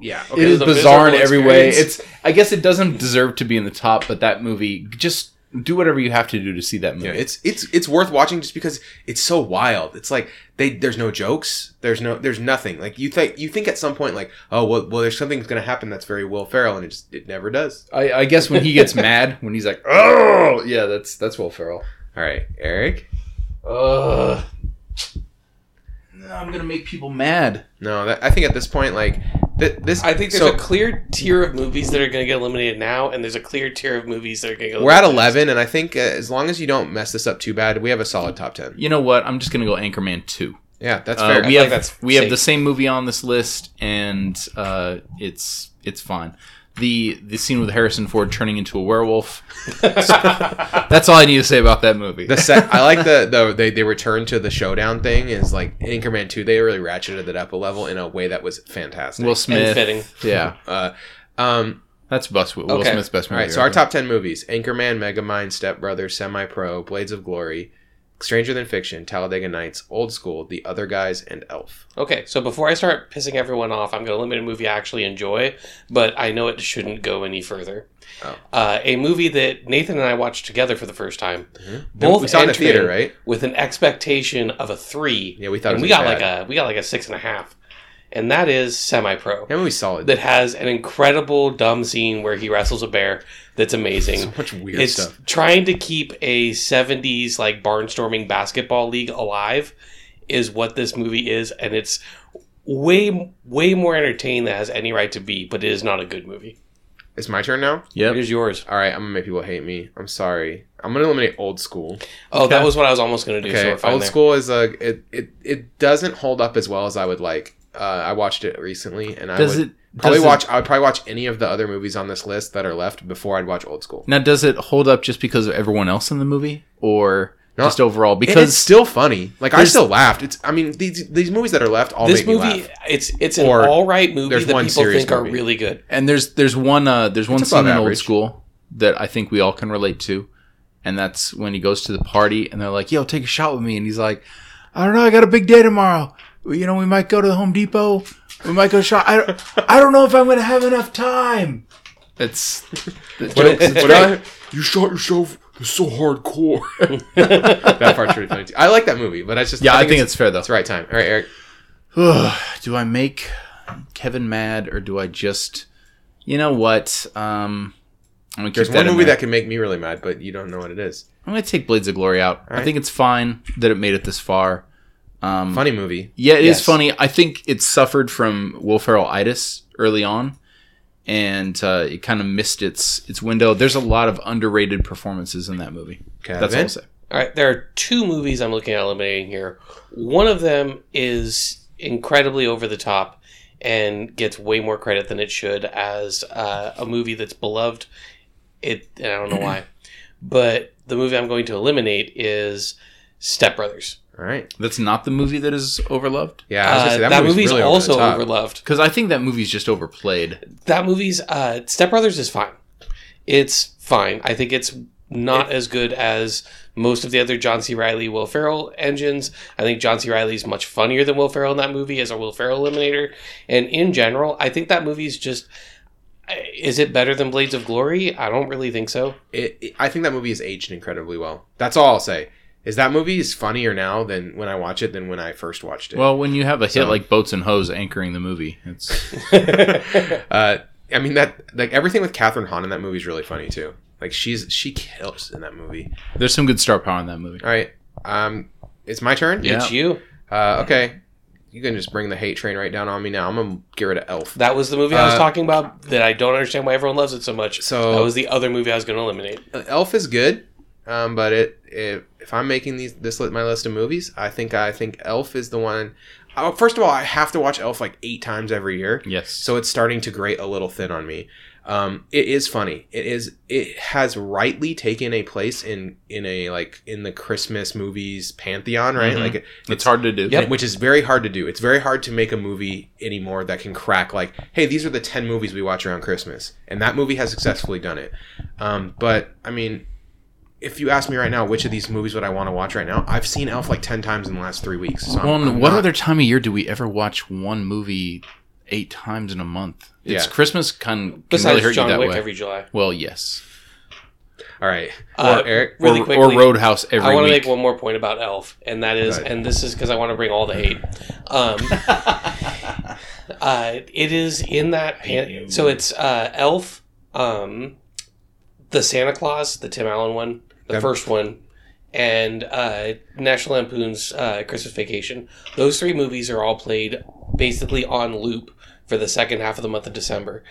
S1: yeah, okay,
S4: it is
S2: a
S4: bizarre in
S2: miserable
S4: every way.
S2: experience.
S4: It's I guess it doesn't deserve to be in the top, but that movie just do whatever you have to do to see that movie.
S1: Yeah, it's it's it's worth watching just because it's so wild. It's like they there's no jokes, there's no there's nothing. Like you think you think at some point like, oh well, well there's something's gonna happen that's very Will Ferrell, and it just it never does.
S4: I, I guess when he gets mad, when he's like, "Oh, yeah, that's that's Will Ferrell."
S1: All right, Eric.
S4: Ugh. I'm gonna make people mad.
S1: No, that, I think at this point like th- this.
S2: I think there's
S1: so
S2: a clear tier of movies that are going to get eliminated now, and there's a clear tier of movies that are going to get.
S1: we're at
S2: eliminated next.
S1: eleven, and I think uh, as long as you don't mess this up too bad, we have a solid top ten.
S4: You know what? I'm just gonna go Anchorman two.
S1: Yeah, that's
S4: Uh,
S1: fair.
S4: we
S2: feel
S4: have
S2: like that's
S4: we have
S2: safe.
S4: the same movie on this list, and uh, it's it's fine. the the scene with Harrison Ford turning into a werewolf. That's all I need to say about that movie.
S1: The set, I like the the they they return to the showdown thing is like in Anchorman two they really ratcheted it up a level in a way that was fantastic.
S4: Will
S2: and
S4: Smith.
S2: fitting.
S4: Yeah,
S1: uh, um,
S4: that's best. Will
S1: Okay.
S4: Smith's best
S1: all
S4: movie.
S1: right, so our
S4: ever.
S1: top ten movies: Anchorman, Megamind, Step Brothers, Semi Pro, Blades of Glory, Stranger Than Fiction, Talladega Nights, Old School, The Other Guys, and Elf.
S2: Okay, so before I start pissing everyone off, I'm going to limit a movie I actually enjoy, but I know it shouldn't go any further.
S1: Oh.
S2: Uh, a movie that Nathan and I watched together for the first time,
S1: Both we saw it in the
S2: entering
S1: theater, right?
S2: with an expectation of a three.
S1: Yeah, we thought
S2: and
S1: it was
S2: we got
S1: bad.
S2: like a we got like a six and a half, and that is semi pro.
S1: that movie's solid.
S2: That has an incredible dumb scene where he wrestles a bear. That's amazing.
S1: so much weird
S2: it's
S1: stuff.
S2: trying to keep a 70s like barnstorming basketball league alive is what this movie is and it's way way more entertaining than it has any right to be but it is not a good movie
S1: It's my turn now.
S2: it
S4: Yep.
S2: is yours
S1: All right, I'm gonna make people hate me. I'm sorry. I'm gonna eliminate Old School.
S2: oh that was what i was almost going to do so
S1: Okay,
S2: we're fine
S1: old
S2: there.
S1: school is a it, it it doesn't hold up as well as I would like. Uh, I watched it recently, and I
S4: Does
S1: would
S4: it
S1: probably
S4: does it-
S1: watch. I would probably watch any of the other movies on this list that are left before I'd watch Old School.
S4: now? Does it hold up just because of everyone else in the movie, or
S1: No.
S4: just overall?
S1: Because it's
S4: Because
S1: still funny. Like I
S4: There's-
S1: still laughed. It's I mean these these movies that are left all
S2: this
S1: make me
S2: movie
S1: laugh.
S2: it's it's an
S1: Or
S2: all right movie
S1: there's
S2: that
S1: one
S2: people
S1: serious
S2: think are
S1: movie.
S2: really good
S4: and there's there's one uh there's one
S1: It's
S4: scene
S1: above
S4: in old
S1: average.
S4: school that I think we all can relate to, and that's when he goes to the party and they're like, "Yo, take a shot with me," and he's like, "I don't know, I got a big day tomorrow. Well, You know, we might go to the Home Depot. We might go shop. I don't, I don't know if I'm gonna have enough time." It's the jokes.
S1: What-
S4: it's
S1: what
S4: great.
S1: I- you shot yourself. It's so hardcore. that part's really funny. Too. I like that movie, but I just
S4: yeah, I think it's fair though.
S1: it's the right time. All right, Eric.
S4: do I make Kevin mad or do I just, you know what? Um, I'm gonna
S1: There's
S4: keep
S1: one
S4: in
S1: movie
S4: there.
S1: that can make me really mad, but you don't know what it is.
S4: I'm gonna take Blades of Glory out.
S1: All right.
S4: I think it's fine that it made it this far. Um,
S1: Funny movie.
S4: Yeah, it is
S2: Yes.
S4: funny. I think it suffered from Will Ferrell itis early on, and uh, it kind of missed its its window. There's a lot of underrated performances in that movie.
S1: Kevin?
S4: That's all I'll say.
S2: All right, there are two movies I'm looking at eliminating here. One of them is incredibly over the top and gets way more credit than it should as uh, a movie that's beloved. It and I don't know why, but the movie I'm going to eliminate is Step Brothers.
S1: All right.
S4: That's not the movie that is overloved
S1: Yeah, I was gonna say,
S2: Uh,
S1: that,
S2: that
S1: movie's,
S2: movie's
S1: really
S2: also
S1: over the top.
S2: overloved.
S4: because I think that movie's just overplayed.
S2: That movie's uh, Step Brothers is fine. It's fine. I think it's not as good as most of the other John C. Riley Will Ferrell engines. I think John C. Riley's much funnier than Will Ferrell in that movie as a Will Ferrell eliminator. And in general, I think that movie's just. uh, Is it better than Blades of Glory? I don't really think so.
S1: it, it- I think that movie is aged incredibly well. That's all I'll say. Is that movie is funnier now than when I watch it than when I first watched it.
S4: Well, when you have a hit
S1: So-
S4: like Boats and Hoes anchoring the movie, it's
S1: uh, I mean that like everything with Catherine Hahn in that movie is really funny too. Like she's she kills in that movie.
S4: there's some good star power in that movie.
S1: All right, um, it's my turn.
S4: Yeah.
S2: It's you.
S1: Uh, okay, you can just bring the hate train right down on me now. I'm gonna get rid of Elf.
S2: That was the movie I was
S1: Uh,
S2: talking about that I don't understand why everyone loves it so much.
S1: So-
S2: that was the other movie I was going to eliminate.
S1: Elf is good, um, but it, it if I'm making these this li- my list of movies, I think I think Elf is the one. Oh, first of all, I have to watch Elf like eight times every year.
S4: Yes.
S1: so it's starting to grate a little thin on me. Um, it is funny. It is. It has rightly taken a place in in a like in the Christmas movies pantheon, right?
S4: Mhm.
S1: Like, it-
S4: It's hard to do.
S1: which is very hard to do. It's very hard to make a movie anymore that can crack like, hey, these are the ten movies we watch around Christmas, and that movie has successfully done it. Um, but I mean, if you ask me right now, which of these movies would I want to watch right now? I've seen Elf like ten times in the last three weeks. So I'm-
S4: Well, and
S1: I'm
S4: what
S1: not-
S4: other time of year do we ever watch one movie eight times in a month? It's
S1: Yeah.
S4: Christmas can, can
S2: Besides
S4: really hurt
S2: John
S4: you that
S2: Wick
S4: way.
S2: every July.
S4: well, yes.
S1: All right, or
S2: Uh,
S1: Eric.
S2: Really
S4: or,
S2: quickly.
S4: or Roadhouse every
S2: I want to
S4: week.
S2: make one more point about Elf, and that is,
S1: Right.
S2: and this is because I want to bring all the hate. Um, uh, it is in that pan- so it's uh, Elf, um, the Santa Claus, the Tim Allen one, the
S1: That-
S2: first one, and uh, National Lampoon's uh, Christmas Vacation. Those three movies are all played basically on loop for the second half of the month of December.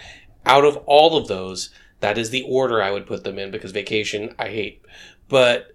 S2: Out of all of those, that is the order I would put them in because Vacation I hate, but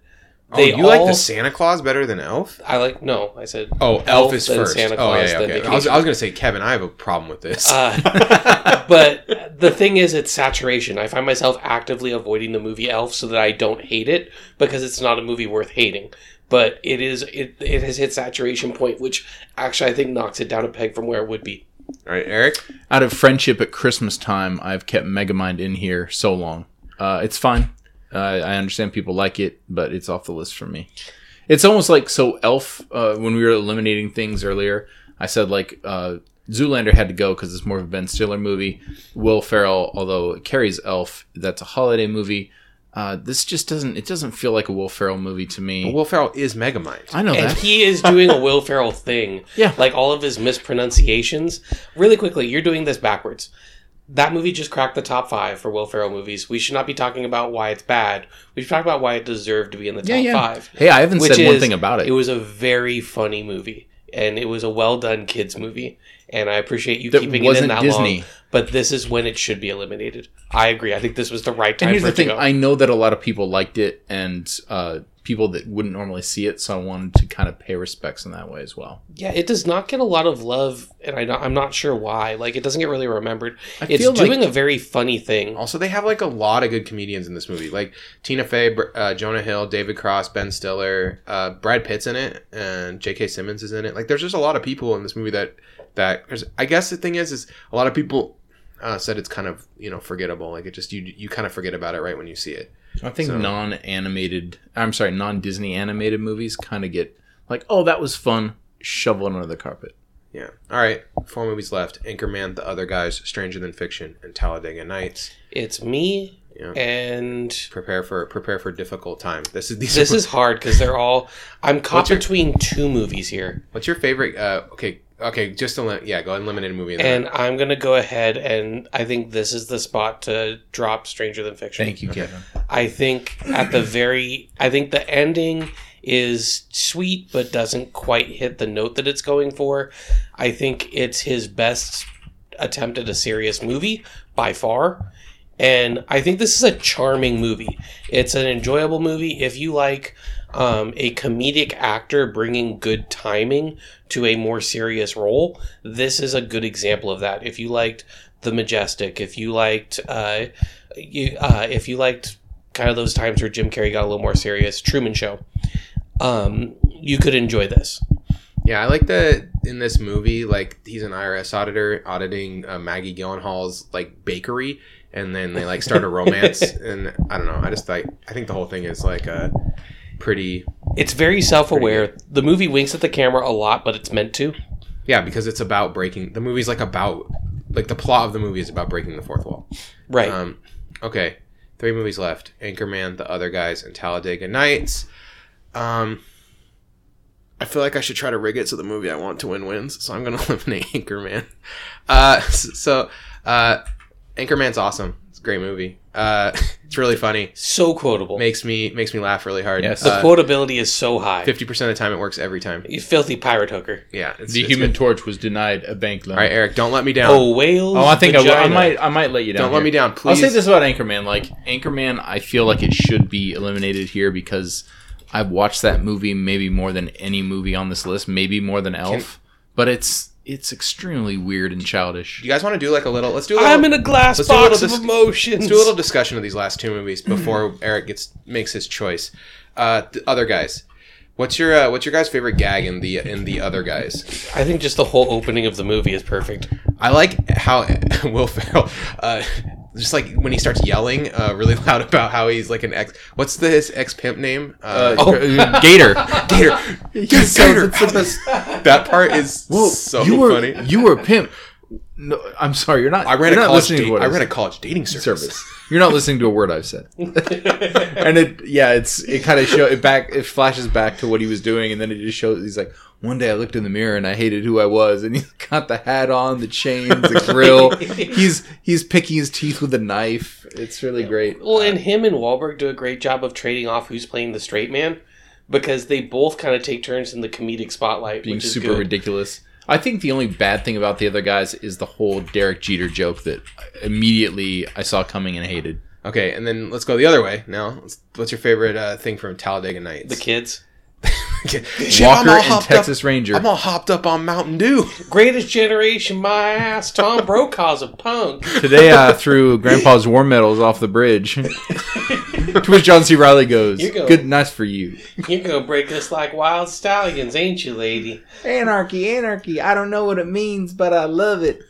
S1: Oh,
S2: They
S1: you like
S2: all-
S1: the Santa Claus better than Elf?
S2: I like no. I said
S1: Oh, Elf,
S2: Elf,
S1: is
S2: then
S1: first.
S2: Santa
S1: oh,
S2: Claus,
S1: yeah,
S2: then
S1: yeah, okay. I
S2: Vacation.
S1: was, I was gonna say Kevin. I have a problem with this.
S2: Uh, but the thing is, it's saturation. I find myself actively avoiding the movie Elf so that I don't hate it because it's not a movie worth hating. But it is it it has hit saturation point, which actually I think knocks it down a peg from where it would be.
S1: All right, Eric.
S4: Out of friendship at Christmas time, I've kept Megamind in here so long. Uh, it's fine. Uh, I understand people like it, but it's off the list for me. It's almost like so Elf. Uh, when we were eliminating things earlier, I said like uh, Zoolander had to go because it's more of a Ben Stiller movie. Will Ferrell, although it carries Elf, that's a holiday movie. Uh, this just doesn't. It doesn't feel like a Will Ferrell movie to me.
S1: Will Ferrell is Megamind.
S4: I know
S2: And
S4: that.
S2: he is doing a Will Ferrell thing.
S4: Yeah.
S2: Like all of his mispronunciations. Really quickly, you're doing this backwards. That movie just cracked the top five for Will Ferrell movies. We should not be talking about why it's bad. We should talk about why it deserved to be in the top
S4: yeah, yeah.
S2: five.
S4: Hey, I haven't
S2: Which
S4: said one
S2: is-
S4: thing about it.
S2: It was a very funny movie, and it was a well done kids movie. And I appreciate you
S4: That
S2: keeping it in
S4: wasn't
S2: that
S4: Disney.
S2: long. But this is when it should be eliminated. I agree. I think this was the right time
S4: and here's
S2: for
S4: the
S2: it to
S4: thing
S2: go.
S4: i know that a lot of people liked it and uh, people that wouldn't normally see it so i wanted to kind of pay respects in that way as well
S2: yeah, it does not get a lot of love, and I, I'm not sure why. Like, it doesn't get really remembered.
S4: I
S2: it's
S4: feel like-
S2: doing a very funny thing.
S1: Also, they have like a lot of good comedians in this movie, like Tina Fey, Br- uh, Jonah Hill, David Cross, Ben Stiller, uh, Brad Pitt's in it, and J.K. Simmons is in it. Like, there's just a lot of people in this movie that that. There's, I guess the thing is, is a lot of people uh, said it's kind of you know forgettable. Like, it just you you kind of forget about it right when you see it.
S4: i think
S1: So-
S4: non-animated i'm sorry non-disney animated movies kind of get like oh that was fun shovel it under the carpet
S1: Yeah. All right. Four movies left: Anchorman, The Other Guys, Stranger Than Fiction, and Talladega Nights.
S2: It's me
S1: Yeah.
S2: and
S1: Prepare for prepare for difficult time. This is these.
S2: this
S1: are,
S2: is hard because they're all. I'm
S1: What's
S2: caught
S1: your-
S2: between two movies here.
S1: what's your favorite? Uh, okay, okay, just a li- yeah. Go ahead and eliminate a movie. in there.
S2: And I'm gonna go ahead and I think this is the spot to drop Stranger Than Fiction.
S4: thank you kevin
S2: I think at the very I think the ending is sweet but doesn't quite hit the note that it's going for. I think it's his best attempt at a serious movie by far. And I think this is a charming movie. It's an enjoyable movie if you like um, a comedic actor bringing good timing to a more serious role. This is a good example of that. If you liked The Majestic, if you liked uh, you uh, if you liked kind of those times where Jim Carrey got a little more serious, Truman Show, um, you could enjoy this.
S1: Yeah, I like that in this movie. Like he's an IRS auditor auditing uh, Maggie Gyllenhaal's like bakery, and then they like start a romance. and I don't know. I just like I think the whole thing is like a pretty
S2: It's very self-aware. The movie winks at the camera a lot, but it's meant to.
S1: yeah because it's about breaking the movie's like about like the plot of the movie is about breaking the fourth wall.
S2: Right.
S1: Um, okay, three movies left: Anchorman, The Other Guys, and Talladega Nights. Um, I feel like I should try to rig it so the movie I want to win wins. So I'm going to eliminate Anchorman. Uh, so uh, Anchorman's awesome. It's a great movie. Uh, it's really funny.
S2: so quotable.
S1: Makes me makes me laugh really hard.
S4: Yes.
S2: the
S1: Uh,
S2: quotability is so high.
S1: Fifty percent of the time, it works every time.
S2: You filthy pirate hooker.
S1: Yeah, it's,
S4: the
S1: it's
S4: human
S1: good.
S4: torch was denied a bank loan
S1: All right, Eric, don't let me down.
S2: Oh whales.
S4: oh i think I, will. I
S2: vagina.
S4: might i might let you down
S1: don't let
S4: here.
S1: me down,
S4: I'll
S1: please.
S4: say this about Anchorman. Like Anchorman, I feel like it should be eliminated here because I've watched that movie maybe more than any movie on this list, maybe more than Elf. but it's it's extremely weird and childish.
S1: You guys want to do like a little? Let's do. A little,
S2: I'm in a glass
S1: Let's do a
S2: box
S1: little
S2: of
S1: dis-
S2: emotions.
S1: Let's do a little discussion of these last two movies before Eric gets makes his choice. Uh, the other guys, what's your uh, what's your guys' favorite gag in the in the other guys?
S2: I think just the whole opening of the movie is perfect.
S1: I like how Will Ferrell. Uh, just like when he starts yelling uh, really loud about how he's like an ex, what's the, his ex pimp name? Uh,
S2: Oh.
S4: Gator.
S1: Gator. Gator.
S4: so- it's the
S1: That part is
S4: Whoa,
S1: so
S4: you were
S1: funny.
S4: you were a pimp. No, I'm sorry, you're not.
S1: I ran
S4: you're
S1: a
S4: not
S1: college.
S4: listening
S1: da-
S4: to what
S1: I
S4: said.
S1: ran a college dating service.
S4: service. You're not listening to a word I've said. and it, yeah, it's it kind of show it back. It flashes back to what he was doing, and then it just shows. He's like, one day I looked in the mirror and I hated who I was, and he's got the hat on, the chains, the grill. he's he's picking his teeth with a knife. It's really great.
S2: Well, and him and Wahlberg do a great job of trading off who's playing the straight man because they both kind of take turns in the comedic spotlight,
S4: being
S2: which is
S4: super
S2: good.
S4: ridiculous. I think the only bad thing about the other guys is the whole Derek Jeter joke that immediately I saw coming and hated.
S1: Okay, and then let's go the other way now. What's your favorite uh, thing from Talladega Nights?
S2: The kids.
S1: Shit, I'm
S4: Walker
S1: all
S4: and
S1: hopped
S4: Texas Ranger.
S1: Up, I'm all hopped up on Mountain Dew.
S2: Greatest generation, my ass. Tom Brokaw's a punk.
S4: Today
S1: uh,
S4: I uh, threw Grandpa's war medals off the bridge. to which John C. Riley goes,
S2: You go.
S4: "Good, nice for you."
S2: You're gonna break us like wild stallions, ain't you, lady?
S4: Anarchy, anarchy. I don't know what it means, but I love it.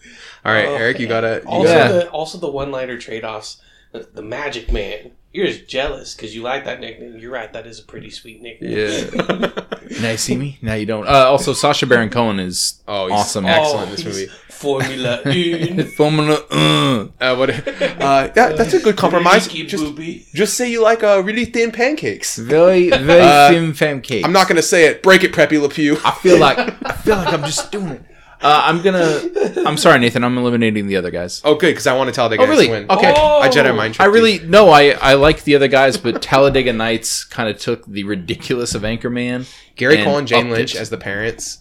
S1: All right,
S2: Oh,
S1: Eric, you
S2: man.
S1: gotta. You
S2: Also,
S1: gotta
S4: Yeah.
S2: the also the one liner trade offs. The, the Magic Man. You're just jealous because you like that nickname. You're right. That is a pretty sweet nickname.
S1: yeah.
S4: Now you see me. Now you don't. Uh, also, Sasha Baron Cohen is
S1: Oh, he's
S4: awesome.
S1: Excellent, Oh, this
S2: he's
S1: movie.
S2: Formula Un.
S4: Formula. Uh.
S1: Uh, what? Uh, that, that's a good compromise.
S2: Freaky
S1: Just,
S2: booby.
S1: just say you like uh, really thin pancakes.
S4: Very, very
S1: Uh,
S4: thin fam cake.
S1: I'm not gonna say it. Break it, Preppy LePew.
S4: I feel like I feel like I'm just doing it. Uh, I'm gonna. I'm sorry, Nathan. I'm eliminating the other guys.
S1: Oh, good, because I want to Talladega
S4: Oh,
S1: Nights
S4: really?
S1: to win.
S4: Okay.
S2: Oh!
S1: I Jedi mind.
S4: I
S1: tricked you.
S4: really no. I I like the other guys, but Talladega Nights kind of took the ridiculous of Anchorman.
S1: Gary
S4: and
S1: Cole and Jane
S4: upped
S1: Lynch
S4: it.
S1: as the parents.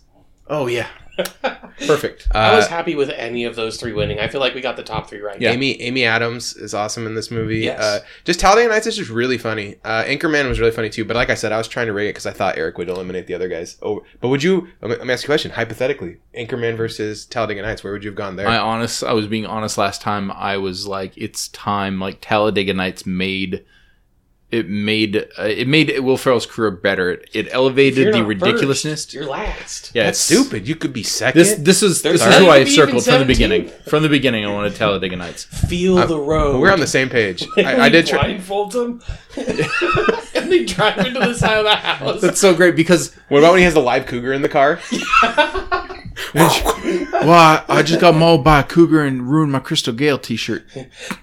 S4: Oh yeah, perfect.
S1: Uh,
S2: I was happy with any of those three winning. I feel like we got the top three right.
S1: Amy Amy Adams is awesome in this movie.
S2: Yes.
S1: Uh, just Talladega Nights is just really funny. Uh, Anchorman was really funny too. But like I said, I was trying to rig it because I thought Eric would eliminate the other guys. Oh, but would you? Let me, let me ask you a question. Hypothetically, Anchorman versus Talladega Nights, where would you have gone there?
S4: I honest. I was being honest last time. I was like, it's time. Like Talladega Nights made. It made uh, it made Will Ferrell's career better. It, it
S2: If you're
S4: elevated the
S2: not
S4: ridiculousness.
S2: First, you're last.
S4: yeah,
S1: That's
S4: it's-
S1: stupid. You could be second.
S4: This this is
S2: There's
S4: this is
S2: not
S4: who I
S2: gonna be
S4: circled
S2: even
S4: from the beginning.
S2: 17.
S4: From the beginning, I wanted Talladega Nights.
S2: Feel the road.
S1: Uh, we're on the same page. I, I
S2: We
S1: did. Try,
S2: blindfold them, and they drive into the side of the house.
S4: That's so great because
S1: what about when he has the live cougar in the car?
S4: well, I, I just got mauled by a cougar and ruined my Crystal Gale T-shirt.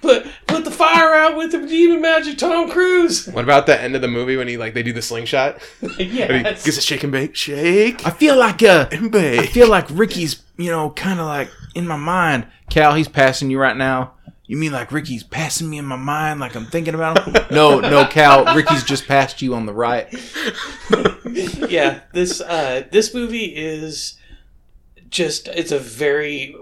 S2: Put put the fire out with the demon magic, Tom Cruise.
S1: What about the end of the movie when he like they do the slingshot? And he gets
S2: yes.
S1: a shake and bake, shake
S4: I feel like uh,
S1: and bake.
S4: I feel like Ricky's, you know, kind of like in my mind. Cal, he's passing you right now. You mean like Ricky's passing me in my mind, like I'm thinking about him? no, no, Cal, Ricky's just passed you on the right.
S2: yeah, this uh, this movie is just it's a very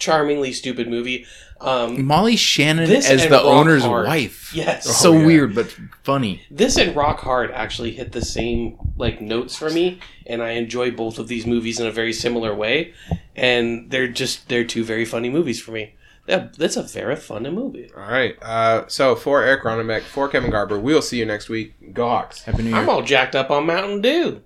S2: charmingly stupid movie. Um,
S4: Molly Shannon
S2: This
S4: as
S2: and
S4: the
S2: Ron
S4: owner's
S2: Hart.
S4: wife.
S2: yes,
S4: So
S1: Mm-hmm. Oh, yeah.
S4: weird, but funny.
S2: this and Rock Hard actually hit the same like notes for me, and I enjoy both of these movies in a very similar way. And they're just they're two very funny movies for me. That, that's a very fun movie.
S1: All right. Uh, so for Eric Ronenbeck, for Kevin Garber, we'll see you next week. Go Hawks.
S4: Happy New Year.
S2: I'm all jacked up on Mountain Dew.